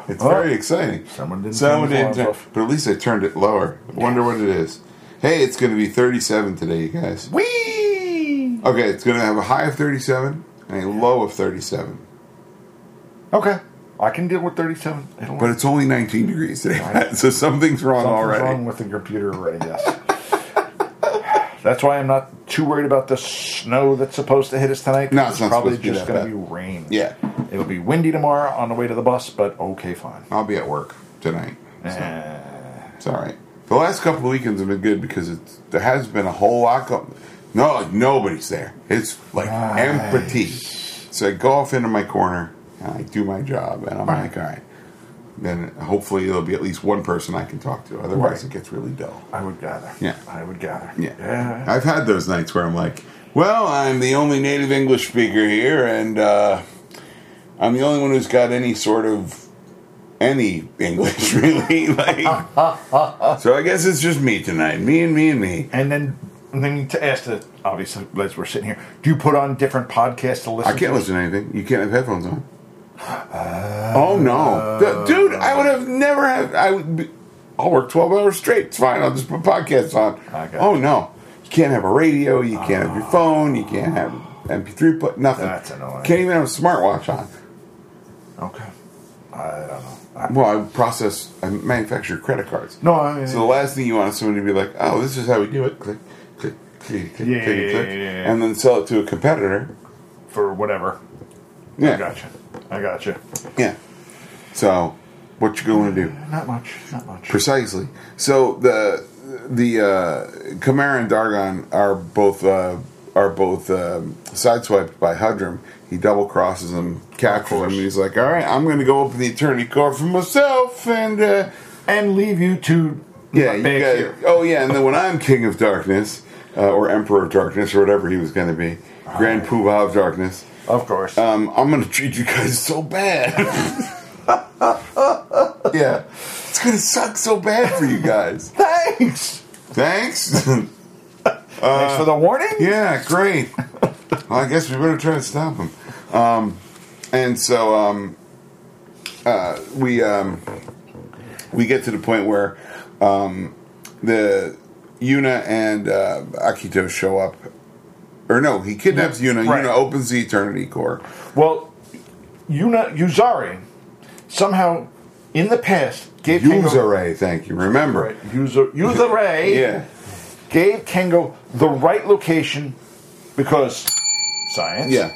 S2: It's very exciting.
S3: Someone didn't
S2: Someone
S3: turn the
S2: didn't
S3: alarm
S2: turn-
S3: off.
S2: but at least I turned it lower. I Wonder what it is. Hey, it's going to be 37 today, you guys.
S3: Whee!
S2: Okay, it's going to have a high of 37 and a low of 37.
S3: Okay, I can deal with 37. I don't
S2: But it's only 19 degrees today, Matt, so something's wrong
S3: Something's
S2: already.
S3: wrong with the computer already, yes. that's why I'm not too worried about the snow that's supposed to hit us tonight.
S2: No, it's not
S3: probably
S2: supposed to be
S3: just
S2: that
S3: going to
S2: bad.
S3: be rain.
S2: Yeah,
S3: It'll be windy tomorrow on the way to the bus, but okay, fine.
S2: I'll be at work tonight.
S3: Eh,
S2: It's all right. The last couple of weekends have been good because it's, there has been a whole lot. Go- no, like nobody's there. It's like
S3: Nice.
S2: empty. So I go off into my corner and I do my job, and I'm like, all right. Then hopefully there'll be at least one person I can talk to. Otherwise,
S3: Right.
S2: it gets really dull.
S3: I would gather.
S2: Yeah.
S3: I would gather.
S2: Yeah.
S3: Yeah.
S2: I've had those nights where I'm like, well, I'm the only native English speaker here, and uh, I'm the only one who's got any sort of any English, really. like, so I guess it's just me tonight. Me and me and me.
S3: And then, and then to ask the obviously as we're sitting here, do you put on different podcasts to listen?
S2: I can't
S3: to?
S2: listen to anything. You can't have headphones on.
S3: Uh,
S2: oh no, D- dude! I would have never have. I would. Be, I'll work twelve hours straight. It's fine. I'll just put podcasts on.
S3: I got
S2: Oh
S3: you. Ah.
S2: no, you can't have a radio. You can't have your phone. You can't have MP3. Put nothing.
S3: That's annoying.
S2: Can't even have a smartwatch on.
S3: Okay. I don't know. I,
S2: Well, I process. I manufacture credit cards.
S3: no. I,
S2: So the last thing you want is somebody to be like, "Oh, this is how we do it." Click, click, click, click,
S3: Yeah,
S2: click,
S3: yeah,
S2: click,
S3: yeah, yeah.
S2: and then sell it to a competitor.
S3: for whatever.
S2: Yeah.
S3: I gotcha. I gotcha.
S2: Yeah. So, what you going to do?
S3: Not much. Not much.
S2: Precisely. So the the uh, Khmer and Dargon are both uh, are both um, sideswiped by Hudrim. He double crosses them, captures him, and he's like, "All right, I'm going to go open the Eternity Core for myself." And uh,
S3: and leave you to
S2: yeah,
S3: back
S2: you
S3: here.
S2: got, oh yeah, and then when I'm King of Darkness uh, or Emperor of Darkness or whatever he was going to be, Grand Poobah of Darkness,
S3: Of course.
S2: um, I'm going to treat you guys so bad. yeah, it's going to suck so bad for you guys.
S3: Thanks.
S2: Thanks.
S3: Thanks for the warning.
S2: yeah, great. well, I guess we better try to stop him. Um, and so um, uh, we um, we get to the point where um, the Yuna and uh, Akito show up. Or no, he kidnaps Yuna.
S3: Right.
S2: Yuna opens the Eternity Core.
S3: Well, Yuna Yuzari somehow in the past gave Kengo,
S2: Yuzare, thank you. Remember.
S3: right, Yuza- Yuzare
S2: Yeah.
S3: gave Kengo the right location because science.
S2: Yeah.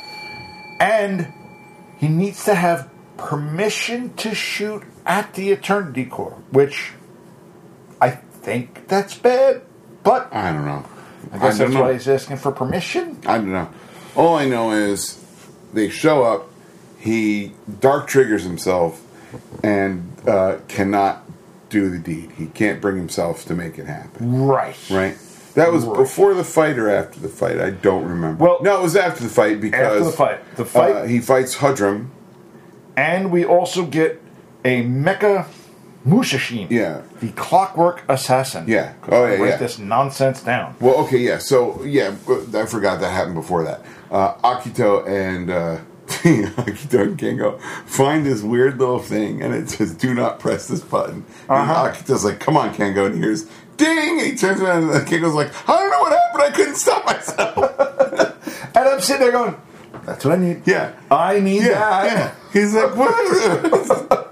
S3: And he needs to have permission to shoot at the Eternity Core, which I think that's bad, but
S2: I don't know.
S3: I guess
S2: don't
S3: that's
S2: know.
S3: why he's asking for permission.
S2: I don't know. All I know is they show up. He dark triggers himself and uh, cannot do the deed. He can't bring himself to make it happen.
S3: Right.
S2: Right. That was
S3: Right.
S2: before the fight or after the fight. I don't remember.
S3: Well-
S2: no, it was after the fight because
S3: After the fight. The fight.
S2: uh, he fights Hudrum.
S3: and we also get a mecha Musashin.
S2: Yeah.
S3: The clockwork assassin.
S2: Yeah. Oh, yeah,
S3: Write
S2: yeah.
S3: this nonsense down.
S2: Well, okay, yeah. So yeah, but I forgot that happened before that. Uh, Akito and uh, Akito and Kengo find this weird little thing, and it says "Do not press this button."
S3: Uh-huh.
S2: And Akito's like, "Come on, Kengo," and he hears "Ding!" And he turns around, and Kengo's like, "I don't know what happened. I couldn't stop myself."
S3: And I'm sitting there going, that's what I need.
S2: yeah,
S3: I need
S2: yeah,
S3: that.
S2: yeah. He's like, "What?"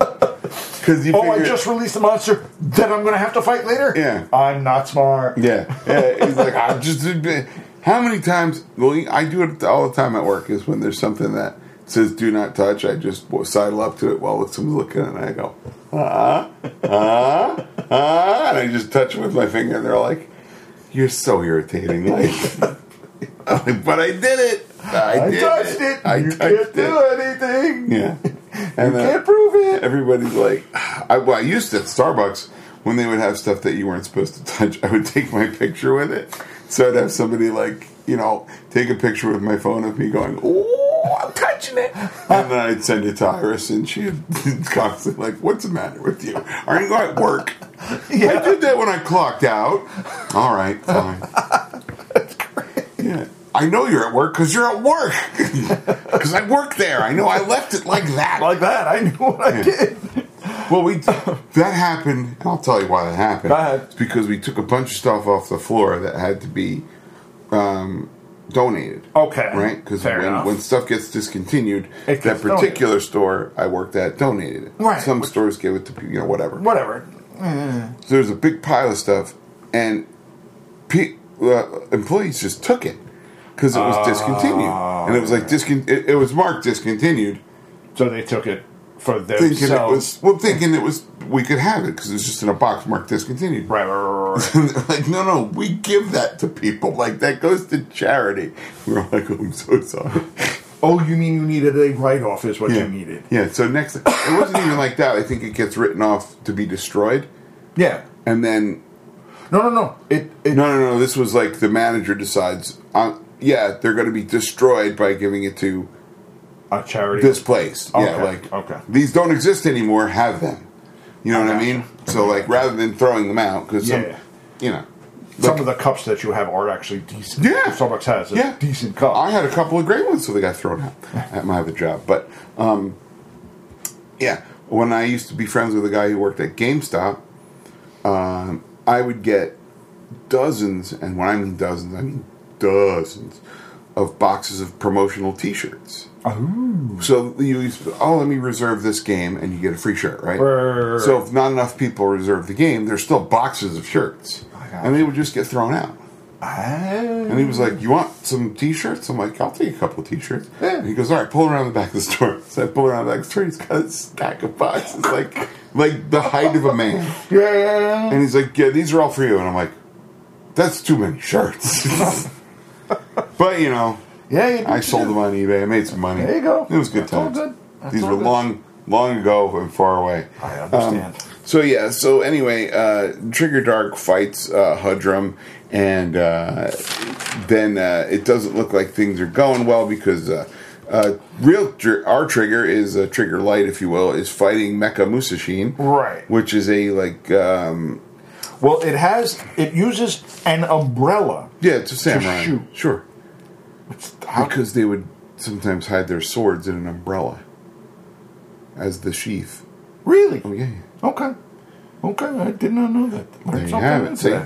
S2: Because you.
S3: Oh, I
S2: figure-
S3: just released the monster that I'm going to have to fight later?
S2: Yeah.
S3: I'm not smart.
S2: Yeah, yeah. He's like, I'm just. How many times? Well, I do it all the time at work. Is when there's something that says "Do not touch," I just sidle up to it while someone's looking, and I go, ah, ah, ah, and I just touch it with my finger, and they're like, "You're so irritating." Like, I'm like, but I did it. I,
S3: I
S2: did
S3: touched it.
S2: I
S3: you
S2: touched
S3: can't
S2: it.
S3: do anything.
S2: Yeah, and
S3: You
S2: then-
S3: can't prove it.
S2: everybody's like, I, well, I used to at Starbucks when they would have stuff that you weren't supposed to touch. I would take my picture with it, so I'd have somebody like, you know, take a picture with my phone of me going, "Oh, I'm touching it," and then I'd send it to Iris, and she'd constantly like, "What's the matter with you? Aren't you at work?" I did that when I clocked out. All right, fine. Yeah. I know you're at work because you're at work. Because I work there. I know I left it like that.
S3: Like that. I knew what I did.
S2: Well, we that happened, and I'll tell you why that happened.
S3: Go ahead.
S2: It's because we took a bunch of stuff off the floor that had to be um, donated.
S3: Okay.
S2: Right? Because
S3: Oh, Fair
S2: when,
S3: enough.
S2: when stuff gets discontinued,
S3: It
S2: that
S3: gets
S2: particular store I worked at donated it.
S3: Right.
S2: Some stores gave it to pe- you know whatever.
S3: Whatever.
S2: So there's a big pile of stuff, and pe- uh, employees just took it because
S3: Oh.
S2: it was discontinued, and it was like discon- it, it was marked discontinued.
S3: So they took it. for
S2: thinking
S3: themselves.
S2: it was well, thinking it was we could have it because it's just in a box marked discontinued.
S3: right, right, right, right, right.
S2: And they're like, no, no, we give that to people. Like that goes to charity. We're like, oh, I'm so sorry.
S3: oh, you mean you needed a write off, is what
S2: Yeah,
S3: you needed.
S2: yeah. So next, it wasn't even like that. I think it gets written off to be destroyed,
S3: Yeah.
S2: and then
S3: No, no, no. It, it
S2: no, no, no. This was like the manager decides. Um, yeah, they're going to be destroyed by giving it to
S3: a charity.
S2: this place. Yeah,
S3: Okay,
S2: like
S3: okay.
S2: these don't exist anymore. Have them. You know
S3: I
S2: what I
S3: gotcha.
S2: mean? So like, rather than throwing them out, because
S3: Yeah.
S2: you know,
S3: some
S2: like,
S3: of the cups that you have are actually decent.
S2: Yeah.
S3: Starbucks has a
S2: Yeah.
S3: decent cup.
S2: I had a couple of great ones, so they got thrown out at my other job. But um, yeah, when I used to be friends with a guy who worked at GameStop, um, I would get dozens, and when I mean dozens, I mean dozens of boxes of promotional T-shirts. So you used to, oh, let me reserve this game, and you get a free shirt, right?
S3: Right, right, right, right.
S2: So if not enough people reserve the game, there's still boxes of shirts,
S3: I got
S2: and they would just get thrown out.
S3: Ah.
S2: And he was like, "You want some T-shirts?" I'm like, "I'll take a couple of T-shirts."
S3: Yeah.
S2: And he goes, "All right, pull around the back of the store." So I pull around the back of the store. He's got a stack of boxes, like like the height of a man.
S3: Yeah.
S2: And he's like, "Yeah, these are all for you." And I'm like, "That's too many shirts." but you know,
S3: Yeah. you
S2: I
S3: did
S2: sold
S3: too.
S2: them on eBay. I made some money.
S3: There you go.
S2: It was good
S3: That's all
S2: times.
S3: good. That's
S2: These
S3: all
S2: were
S3: good.
S2: long, long ago and far away.
S3: I understand.
S2: So yeah, so anyway, uh, Trigger Dark fights uh, Hudrum, and uh, then uh, it doesn't look like things are going well because uh, uh, real tr- our Trigger is uh, Trigger Light, if you will, is fighting Mecha Musashin,
S3: Right.
S2: Which is a like um,
S3: well, it has. It uses an umbrella.
S2: yeah, it's a samurai.
S3: shoot.
S2: Sure, because they would sometimes hide their swords in an umbrella as the sheath.
S3: Really?
S2: Oh yeah, yeah.
S3: Okay. Okay. I did not know that. Learned
S2: there you
S3: something
S2: have it.
S3: new
S2: See?
S3: today.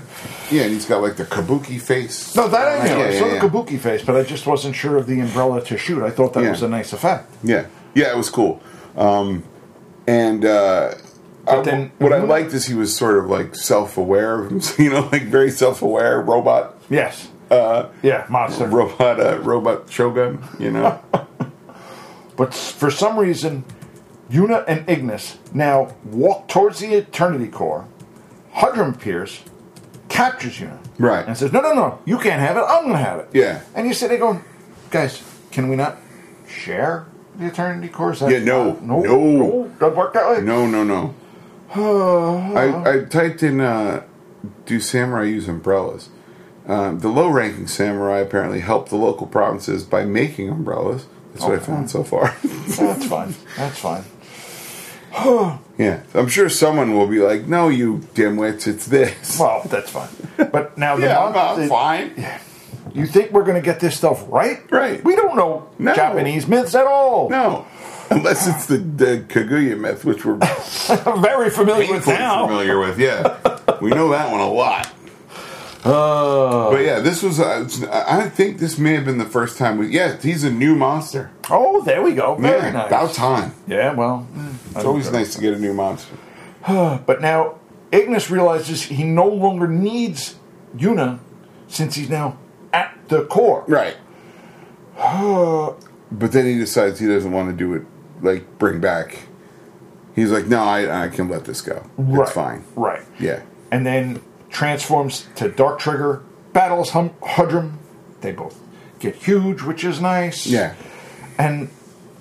S2: Yeah, and he's got like the kabuki face.
S3: No, that I knew.
S2: Yeah,
S3: I
S2: yeah,
S3: saw
S2: yeah.
S3: the kabuki face, but I just wasn't sure of the umbrella to shoot. I thought that
S2: Yeah.
S3: was a nice effect.
S2: Yeah, yeah, it was cool. Um, and uh, I-
S3: then-
S2: what I liked is he was sort of like self-aware, you know, like very self-aware robot,
S3: Yes. Uh, yeah, monster.
S2: robot, uh, robot Shogun, you know.
S3: But s- for some reason, Yuna and Ignis now walk towards the Eternity Core. Hudrum appears, captures Yuna.
S2: Right.
S3: And says, No, no, no, you can't have it. I'm going to have it.
S2: Yeah.
S3: And you sit there going, Guys, can we not share the Eternity Core? Is that-
S2: Yeah, no,
S3: no,
S2: no.
S3: Doesn't work that way.
S2: no, no, no. I, I typed in, uh, "Do samurai use umbrellas?" Um, the low-ranking samurai apparently helped the local provinces by making umbrellas. That's what I
S3: Okay.
S2: found so far.
S3: That's fine. That's fine.
S2: yeah, I'm sure someone will be like, "No, you dimwits, it's this."
S3: Well, that's fine. But now the
S2: yeah,
S3: monk-
S2: I'm, I'm
S3: the-
S2: fine.
S3: You think we're going to get this stuff right?
S2: Right.
S3: We don't know
S2: No.
S3: Japanese myths at all.
S2: No, unless it's the, the Kaguya myth, which we're
S3: I'm very familiar with
S2: painfully
S3: now.
S2: familiar with. Yeah, we know that one a lot.
S3: Uh,
S2: But yeah, this was. Uh, I think this may have been the first time. We, yeah, he's a new monster.
S3: oh, there we go. Very
S2: yeah,
S3: nice.
S2: about time.
S3: yeah, well,
S2: It's always nice to get a new monster.
S3: but now Ignis realizes he no longer needs Yuna since he's now at the core.
S2: Right. but then he decides he doesn't want to do it. Like bring back. He's like, no, I, I can let this go.
S3: Right,
S2: It's fine.
S3: Right.
S2: Yeah.
S3: And then transforms to Dark Trigger, battles hum- Hudrum. They both get huge, which is nice.
S2: Yeah.
S3: And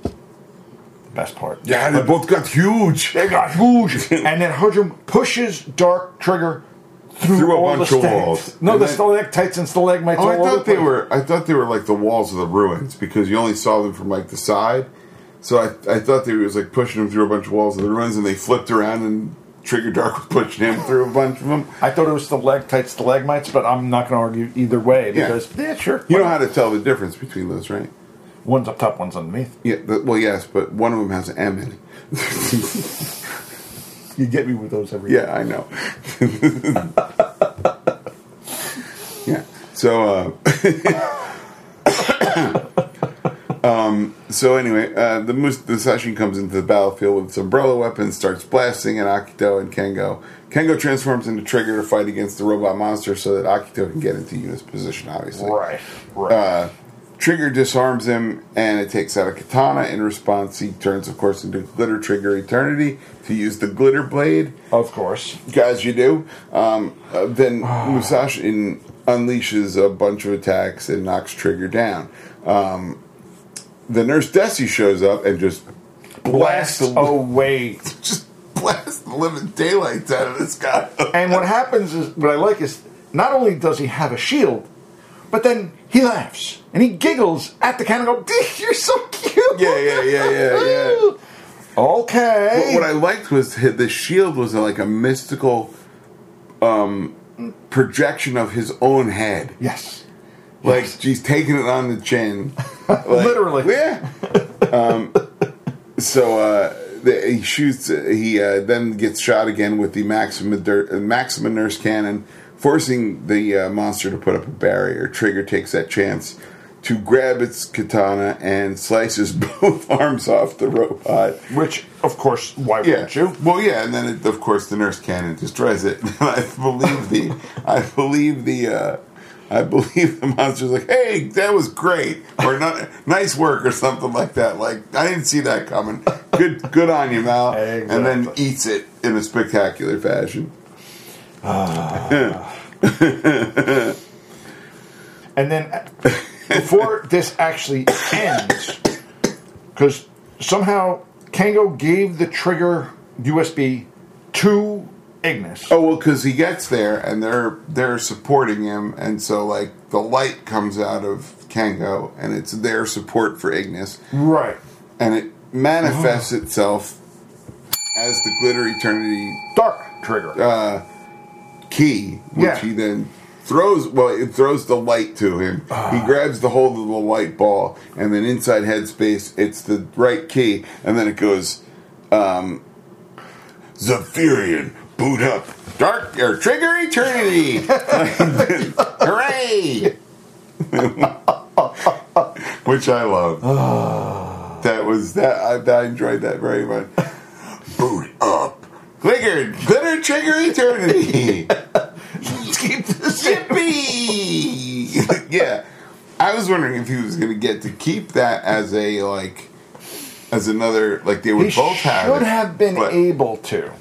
S3: the best part.
S2: Yeah, they both got huge.
S3: They got huge. and then Hudrum pushes Dark Trigger through,
S2: Through a
S3: all
S2: bunch
S3: the
S2: of
S3: stag-
S2: walls.
S3: No,
S2: And
S3: the
S2: then-
S3: stalactites and stalagmites.
S2: Oh, I
S3: all over
S2: thought
S3: the
S2: they
S3: place.
S2: were. I thought they were like the walls of the ruins because you only saw them from like the side. So I, I thought they was like pushing him through a bunch of walls of the ruins, and they flipped around and Trigger Dark was pushing him through a bunch of them.
S3: I thought it was stalactites, stalagmites, but I'm not going to argue either way
S2: Yeah.
S3: because yeah, sure.
S2: You know how to tell the difference between those, right?
S3: One's up top, one's underneath.
S2: Yeah. The, well, yes, but one of them has an M in it.
S3: You get me with those every
S2: yeah, I know. yeah. So. Uh, um, So anyway, uh, the Mus- the Sashin comes into the battlefield with its umbrella weapon, starts blasting at Akito and Kengo. Kengo transforms into Trigger to fight against the robot monster so that Akito can get into Yuna's position, obviously.
S3: Right. Right.
S2: Uh, Trigger disarms him and it takes out a katana. In response, he turns, of course, into Glitter Trigger Eternity to use the Glitter Blade.
S3: Of course.
S2: Guys, you do. Um, uh, then Musashi in, unleashes a bunch of attacks and knocks Trigger down. Um, the nurse Desi shows up and just blasts
S3: Blast
S2: the,
S3: away.
S2: just blasts the living daylights out of this guy.
S3: And what happens is, what I like is, not only does he have a shield, but then he laughs and he giggles at the can and go, "Gee, "You're so cute."
S2: Yeah, yeah, yeah, yeah, yeah.
S3: Okay.
S2: What, what I liked was hi- the shield was like a mystical um, projection of his own head.
S3: yes.
S2: Like she's taking it on the chin. Like,
S3: Literally.
S2: Yeah. Um, so uh, the, he shoots. He uh, then gets shot again with the Maxima, Dur- uh, Maxima Nurse Cannon, forcing the uh, monster to put up a barrier. Trigger takes that chance to grab its katana and slices both arms off the robot.
S3: Which, of course, why
S2: Yeah.
S3: wouldn't you?
S2: Well, yeah, and then it, of course the nurse cannon destroys it. I believe the, I believe the, uh, I believe the monster's like, hey, that was great, or not, nice work, or something like that. Like I didn't see that coming. Good, good on you, Mal. And then
S3: Exactly.
S2: eats it in a spectacular fashion.
S3: And then uh, before this actually ends, because somehow Kango gave the trigger USB to Ignis.
S2: Oh well, because he gets there and they're they're supporting him, and so like the light comes out of Kango, and it's their support for Ignis.
S3: Right.
S2: and it manifests itself as the glitter eternity
S3: Dark trigger.
S2: Uh, key, which
S3: Yeah.
S2: he then throws. Well, it throws the light to him. He grabs the hold of the light ball, and then inside headspace, it's the right key, and then it goes, um, Zephyrian, boot up, dark or trigger eternity, hooray! which I love. that was that. I, I enjoyed that very much. boot up. Glitter, glitter, trigger, eternity.
S3: keep this
S2: Yippee! yeah, I was wondering if he was going to get to keep that as a like, as another like they would
S3: He
S2: both
S3: should
S2: have. it,
S3: have been
S2: but
S3: able to,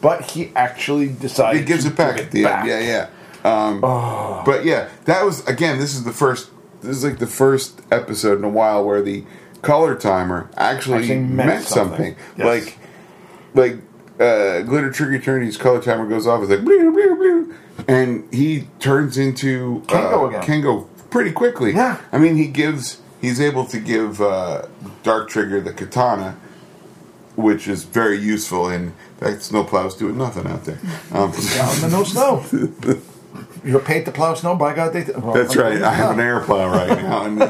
S3: but he actually decided
S2: He gives
S3: to
S2: it back
S3: give
S2: at the end. Yeah, yeah. Um,
S3: Oh.
S2: But yeah, that was again. This is the first. This is like the first episode in a while where the color timer actually,
S3: Actually
S2: meant,
S3: meant
S2: something.
S3: something. Yes.
S2: Like, like uh, glitter trigger eternity's color timer goes off. It's like blew, blew, blew, and he turns into
S3: Kengo
S2: uh,
S3: again.
S2: Kengo pretty quickly.
S3: Yeah.
S2: I mean he gives he's able to give uh, Dark Trigger the katana, which is very useful. And that snowplow's doing nothing out there. Um,
S3: Down the no snow. you paint the plow snow. By God, they. well,
S2: That's right. I have an
S3: no.
S2: air plow right now, and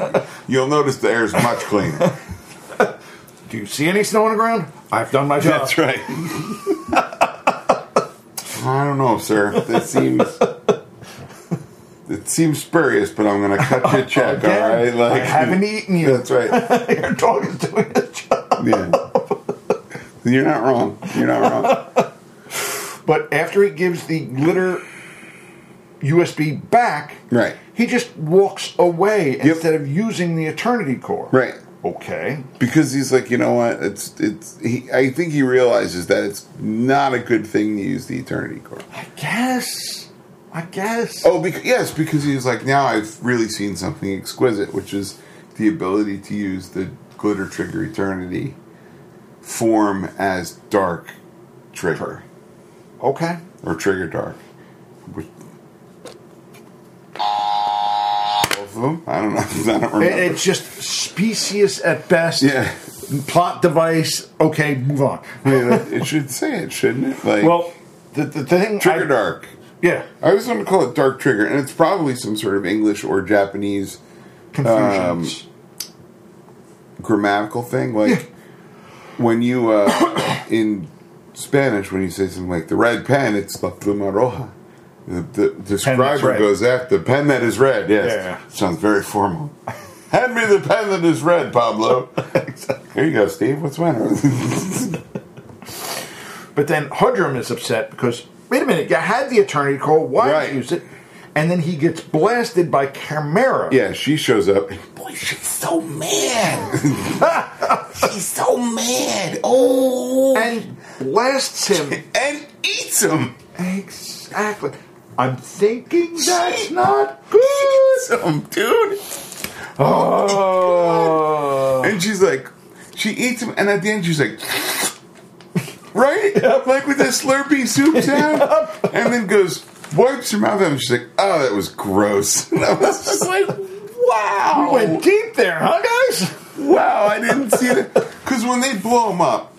S2: you'll notice the air is much cleaner.
S3: Do you see any snow on the ground? I've done my job.
S2: That's right. I don't know, sir. That seems it seems spurious, but I'm going to cut you a check.
S3: Again,
S2: all right,
S3: I haven't eaten you.
S2: That's right.
S3: Your dog is doing its job.
S2: Yeah. You're not wrong. You're not wrong.
S3: But after he gives the glitter USB back,
S2: Right.
S3: he just walks away
S2: Yep.
S3: instead of using the Eternity Core.
S2: Right.
S3: Okay.
S2: Because he's like, you know what? It's it's. He, I think he realizes that it's not a good thing to use the eternity core.
S3: I guess. I guess.
S2: Oh, because, yes, because he was like, now I've really seen something exquisite, which is the ability to use the glitter trigger eternity form as dark trigger
S3: Okay.
S2: or trigger dark. Which, both of them? I don't know. I don't remember.
S3: It, it's just specious at best.
S2: yeah.
S3: Plot device. Okay, move on.
S2: Yeah, it should say it, shouldn't it? Like
S3: Well, the, the thing.
S2: trigger
S3: I,
S2: dark.
S3: Yeah.
S2: I always want to call it dark trigger, and it's probably some sort of English or Japanese Um,
S3: Confusions.
S2: grammatical thing. Like when you uh, in Spanish, when you say something like the red pen, it's la pluma roja. The, the describer
S3: red.
S2: goes after the pen that is red. Yes,
S3: Yeah.
S2: sounds very formal. Hand me the pen that is red, Pablo. Here you go, Steve. What's the matter?
S3: But then Hudrum is upset because wait a minute, you had the Eternity Core. Why
S2: Right.
S3: use it? And then he gets blasted by Chimera.
S2: yeah, she shows up. And boy, she so mad. She's so mad. Oh,
S3: and blasts him.
S2: and eats him.
S3: Exactly. I'm thinking that's
S2: She
S3: not good.
S2: Eats him, dude.
S3: Oh.
S2: And she's like, she eats him, and at the end she's like, right, like with the Slurpee soup sound, and then goes wipes her mouth and she's like, oh, that was gross. And I was just like, wow,
S3: We went deep there, huh, guys?
S2: wow, I didn't see that because when they blow him up,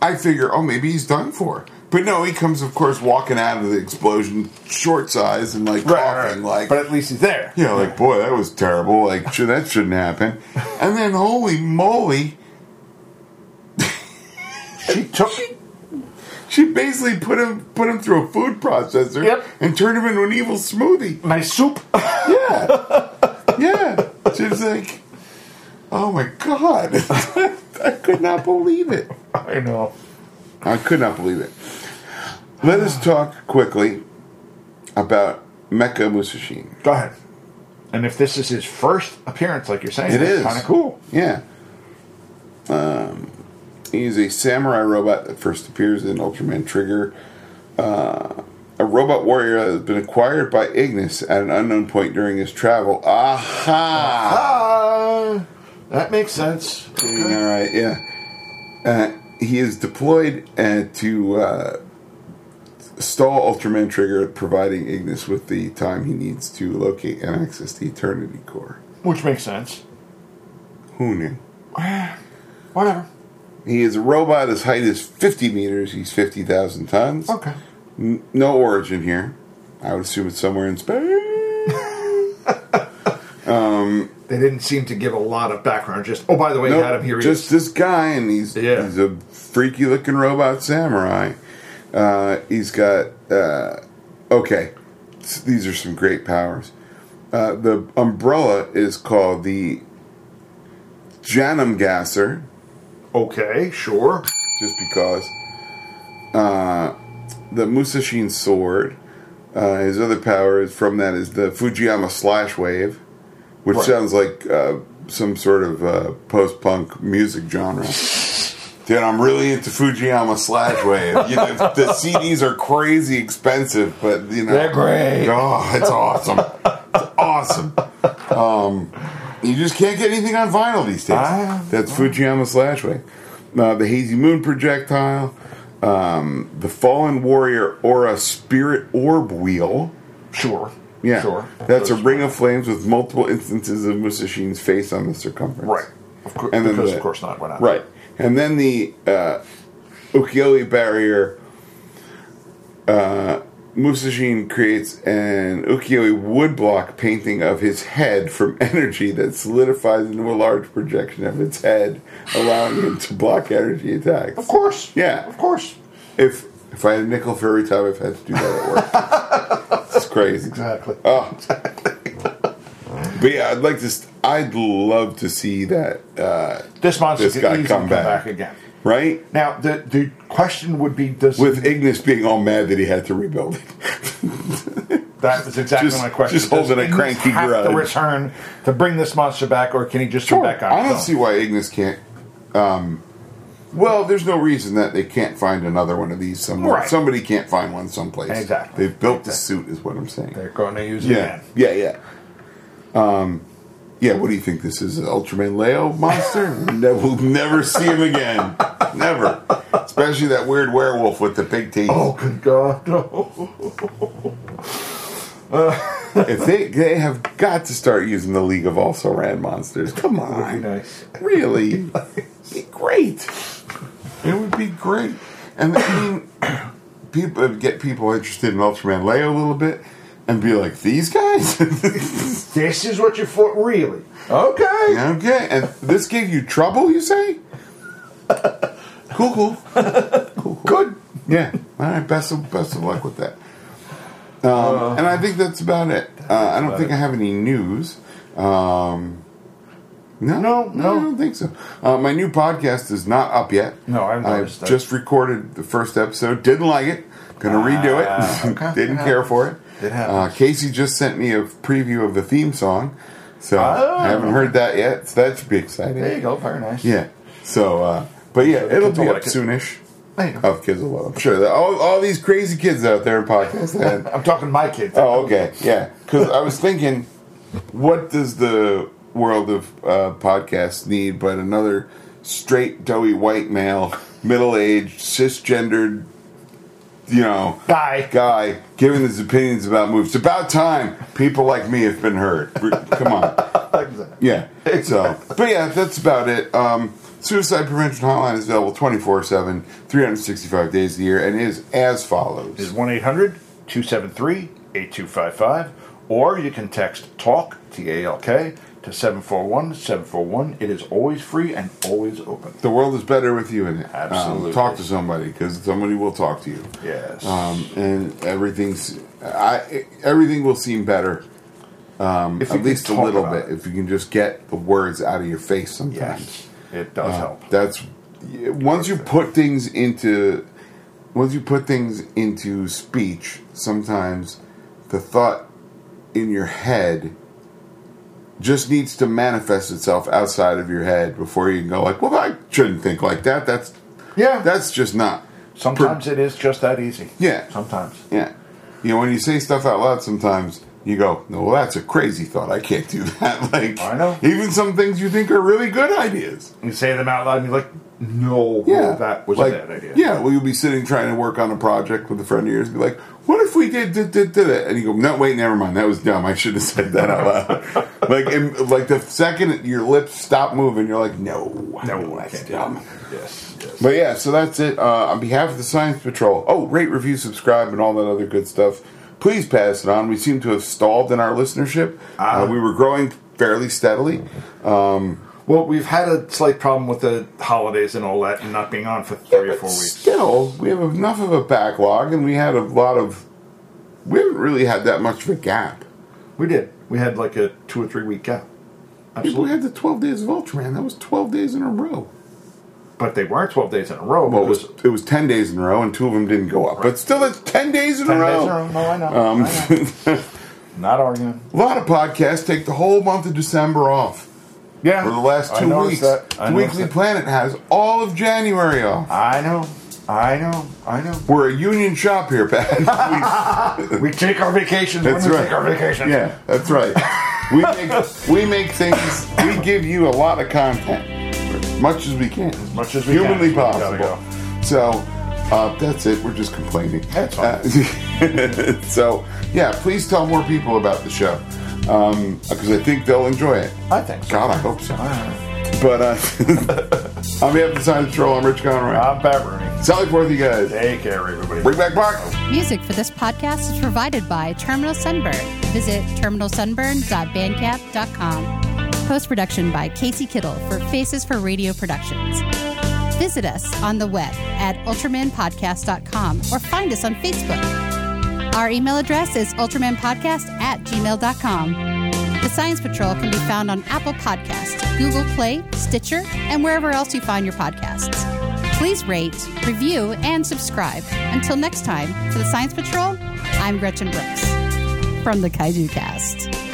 S2: I figure, oh, maybe he's done for. But no, he comes, of course, walking out of the explosion, short size and like coughing, like
S3: but at least he's there.
S2: yeah, like boy, that was terrible. Like sure, that shouldn't happen. And then holy moly,
S3: She took.
S2: she basically put him put him through a food processor
S3: Yep.
S2: and turned him into an evil smoothie.
S3: My soup.
S2: Yeah, yeah. She was like, oh my god, I could not believe it.
S3: I know.
S2: I could not believe it. Let us talk quickly about Mecha Musashin.
S3: Go ahead. And if this is his first appearance, like you're saying,
S2: It
S3: it's
S2: is.
S3: kind of cool.
S2: Yeah. Um, he's a samurai robot that first appears in Ultraman Trigger. Uh, a robot warrior that has been acquired by Ignis at an unknown point during his travel. Aha!
S3: Ah, that makes sense.
S2: All right, yeah. Uh, he is deployed uh, to uh, stall Ultraman Trigger, providing Ignis with the time he needs to locate and access the Eternity Core.
S3: Which makes sense.
S2: Who knew?
S3: Whatever.
S2: He is a robot. His height is 50 meters. He's 50,000 tons.
S3: Okay.
S2: N- no origin here. I would assume it's somewhere in space.
S3: They didn't seem to give a lot of background. Just oh, by the way,
S2: Nope,
S3: Adam, here he
S2: just
S3: is.
S2: this guy, and he's
S3: Yeah.
S2: he's a freaky looking robot samurai. Uh, he's got uh, okay. S- These are some great powers. Uh, the umbrella is called the Janum Gasser,
S3: Okay, sure.
S2: just because. Uh, the Musashin sword. Uh, his other power is from that is the Fujiyama slash wave, which
S3: Right.
S2: sounds like uh, some sort of uh, post punk music genre. Dude, I'm really into Fujiyama slash wave. You know, the CDs are crazy expensive, but you know
S3: They're great.
S2: Oh, it's awesome! It's awesome. Um, you just can't get anything on vinyl these days.
S3: Ah.
S2: That's Fujiyama slash wave. Uh, the hazy moon projectile, um, the fallen warrior aura spirit orb wheel.
S3: Sure.
S2: Yeah,
S3: Sure.
S2: that's a ring of flames with multiple instances of Musashin's face on the circumference.
S3: Right. Of course.
S2: And then
S3: because
S2: the-
S3: of course not. Why not?
S2: Right. Uh, And then the uh, Ukiyo-e barrier, uh, Musashin creates an Ukiyo-e woodblock painting of his head from energy that solidifies into a large projection of its head, allowing him to block energy attacks.
S3: Of course.
S2: Yeah.
S3: Of course.
S2: If if I had a nickel for every time I've had to do that at work, it's crazy.
S3: Exactly.
S2: Oh. But yeah, I'd like to. St- I'd love to see that. Uh,
S3: this monster
S2: this
S3: could
S2: guy
S3: easily
S2: come back.
S3: again.
S2: right.
S3: Now the the question would be does
S2: with Ignis being all mad that he had to rebuild it.
S3: that was exactly
S2: just-
S3: my question.
S2: just holding
S3: Does
S2: a
S3: Ignis
S2: cranky
S3: have to
S2: grudge.
S3: return to bring this monster back, or can he just come back on?
S2: I
S3: his
S2: don't
S3: own?
S2: see why Ignis can't. Um, well, there's no reason that they can't find another one of these somewhere.
S3: Right.
S2: Somebody can't find one someplace.
S3: Exactly.
S2: They've built the suit, is what I'm saying.
S3: They're going to use it
S2: Yeah,
S3: again.
S2: yeah, yeah. Um, yeah. What do you think this is? An Ultraman Leo monster? no, we'll never see him again. never. Especially that weird werewolf with the big teeth.
S3: Oh, good God! No.
S2: If they they have got to start using the League of Also Ran monsters. Come on.
S3: Nice.
S2: Really? be great. It would be great. And I mean, people it'd get people interested in Ultraman Leo a little bit and be like, these guys?
S3: This is what you for really? Okay.
S2: okay. And this gave you trouble, you say? Cool, cool.
S3: Good.
S2: Yeah. All right. Best of, best of luck with that. Um,
S3: Uh,
S2: and I think that's about it. Uh, I don't think I have any news. Um, no,
S3: No, no.
S2: I don't think so. Uh, my new podcast is not up yet.
S3: No, I haven't
S2: I've
S3: noticed that.
S2: just recorded the first episode. Didn't like it. Gonna redo
S3: Ah,
S2: it.
S3: okay.
S2: Didn't
S3: It
S2: care for it.
S3: It happens.
S2: Uh, Casey just sent me a preview of the theme song. So
S3: Oh.
S2: I haven't heard that yet. So that should be exciting.
S3: There you go. Very nice.
S2: Yeah. So, uh, but yeah,
S3: the
S2: it'll
S3: kids will
S2: be up
S3: like it.
S2: soonish.
S3: There you go.
S2: Oh, kids will love. it. I'm sure that all, all these crazy kids out there in podcast land.
S3: I'm talking to my kids.
S2: Oh, okay, yeah. Because I was thinking, what does the world of uh, podcasts need but another straight, doughy white male, middle-aged, cisgendered, you know,
S3: Guy.
S2: guy giving his opinions about movies? It's about time people like me have been heard. Come on. Yeah. So, but yeah, that's about it. Um, Suicide Prevention Hotline is available 24 7, 365 days a year, and is as
S3: is
S2: follows
S3: 1 800 273 8255, or you can text TALK, T A L K, to 741 741. It is always free and always open.
S2: The world is better with you in it. Um,
S3: Absolutely.
S2: talk to somebody because somebody will talk to you.
S3: Yes.
S2: Um, and everything's, I, everything will seem better,
S3: if
S2: at
S3: can
S2: least a
S3: talk
S2: little
S3: about
S2: bit,
S3: it.
S2: if you can just get the words out of your face sometimes.
S3: Yes. It
S2: Uh,
S3: does help.
S2: That's yeah, once you put things into once you put things into speech, sometimes the thought in your head just needs to manifest itself outside of your head before you can go like, "Well, I shouldn't think like that. That's
S3: Yeah.
S2: that's just not."
S3: Sometimes it is just that easy.
S2: Yeah.
S3: Sometimes.
S2: Yeah. You know, when you say stuff out loud sometimes you go, "No, well, that's a crazy thought. I can't do that." Like
S3: I know.
S2: Even some things you think are really good ideas.
S3: You say them out loud and you're like, no,
S2: Yeah,
S3: that was
S2: like,
S3: a bad idea.
S2: Yeah, well, you'll be sitting trying to work on a project with a friend of yours, and be like, "What if we did did did, did it?" And you go, "No, wait, never mind. That was dumb. I should have said that out loud." like, and, like the second your lips stop moving, you're like, "No,
S3: No,
S2: no,
S3: I
S2: that's
S3: can't do
S2: dumb."
S3: that. Yes. yes.
S2: But yeah, so that's it. Uh, on behalf of the Science Patrol, oh, rate, review, subscribe, and all that other good stuff. Please pass it on. We seem to have stalled in our listenership. Uh, we were growing fairly steadily.
S3: Well, we've had a slight problem with the holidays and all that and not being on for three or
S2: But
S3: four weeks.
S2: Still, we have enough of a backlog, and we had a lot of. We haven't really had that much of a gap.
S3: We did. We had like a two or three week gap.
S2: People
S3: Absolutely.
S2: had the twelve days of Ultraman. That was twelve days in a row.
S3: But they weren't 12 days in a row.
S2: Well, it was
S3: because
S2: it was ten days in a row, and two of them didn't go up. But still, that's ten days in
S3: 10
S2: a
S3: days
S2: row.
S3: in a row. No, I know.
S2: Um,
S3: I know. Not arguing.
S2: a lot of podcasts take the whole month of December off.
S3: Yeah.
S2: For the last
S3: I
S2: two weeks,
S3: noticed that. I
S2: the
S3: noticed
S2: Weekly
S3: that.
S2: Planet has all of January off.
S3: I know. I know. I know.
S2: We're a union shop here, Pat.
S3: We take our vacations
S2: That's
S3: when we
S2: right.
S3: take our vacations.
S2: Yeah, that's right. We make, we make things. We give you a lot of content, as much as we can, as
S3: much as we
S2: humanly
S3: can. We gotta
S2: possible. So uh, that's it. We're just complaining.
S3: That's fine.
S2: Uh, so yeah, please tell more people about the show because I think they'll enjoy it.
S3: I think so.
S2: God, I hope so.
S3: All right.
S2: But uh, on behalf of the Science Patrol, I'm Rich Conrad.
S3: I'm Pat Rooney.
S2: Sally forth, you guys.
S3: Take care, everybody.
S2: Bring back Mark.
S1: Music for this podcast is provided by Terminal Sunburn. Visit terminalsunburn.bandcamp.com. Post production by Casey Kittle for Faces for Radio Productions. Visit us on the web at ultramanpodcast.com or find us on Facebook. Our email address is ultramanpodcast at gmail.com. The Science Patrol can be found on Apple Podcasts, Google Play, Stitcher, and wherever else you find your podcasts. Please rate, review, and subscribe. Until next time, for the Science Patrol, I'm Gretchen Brooks from the Kaiju Cast.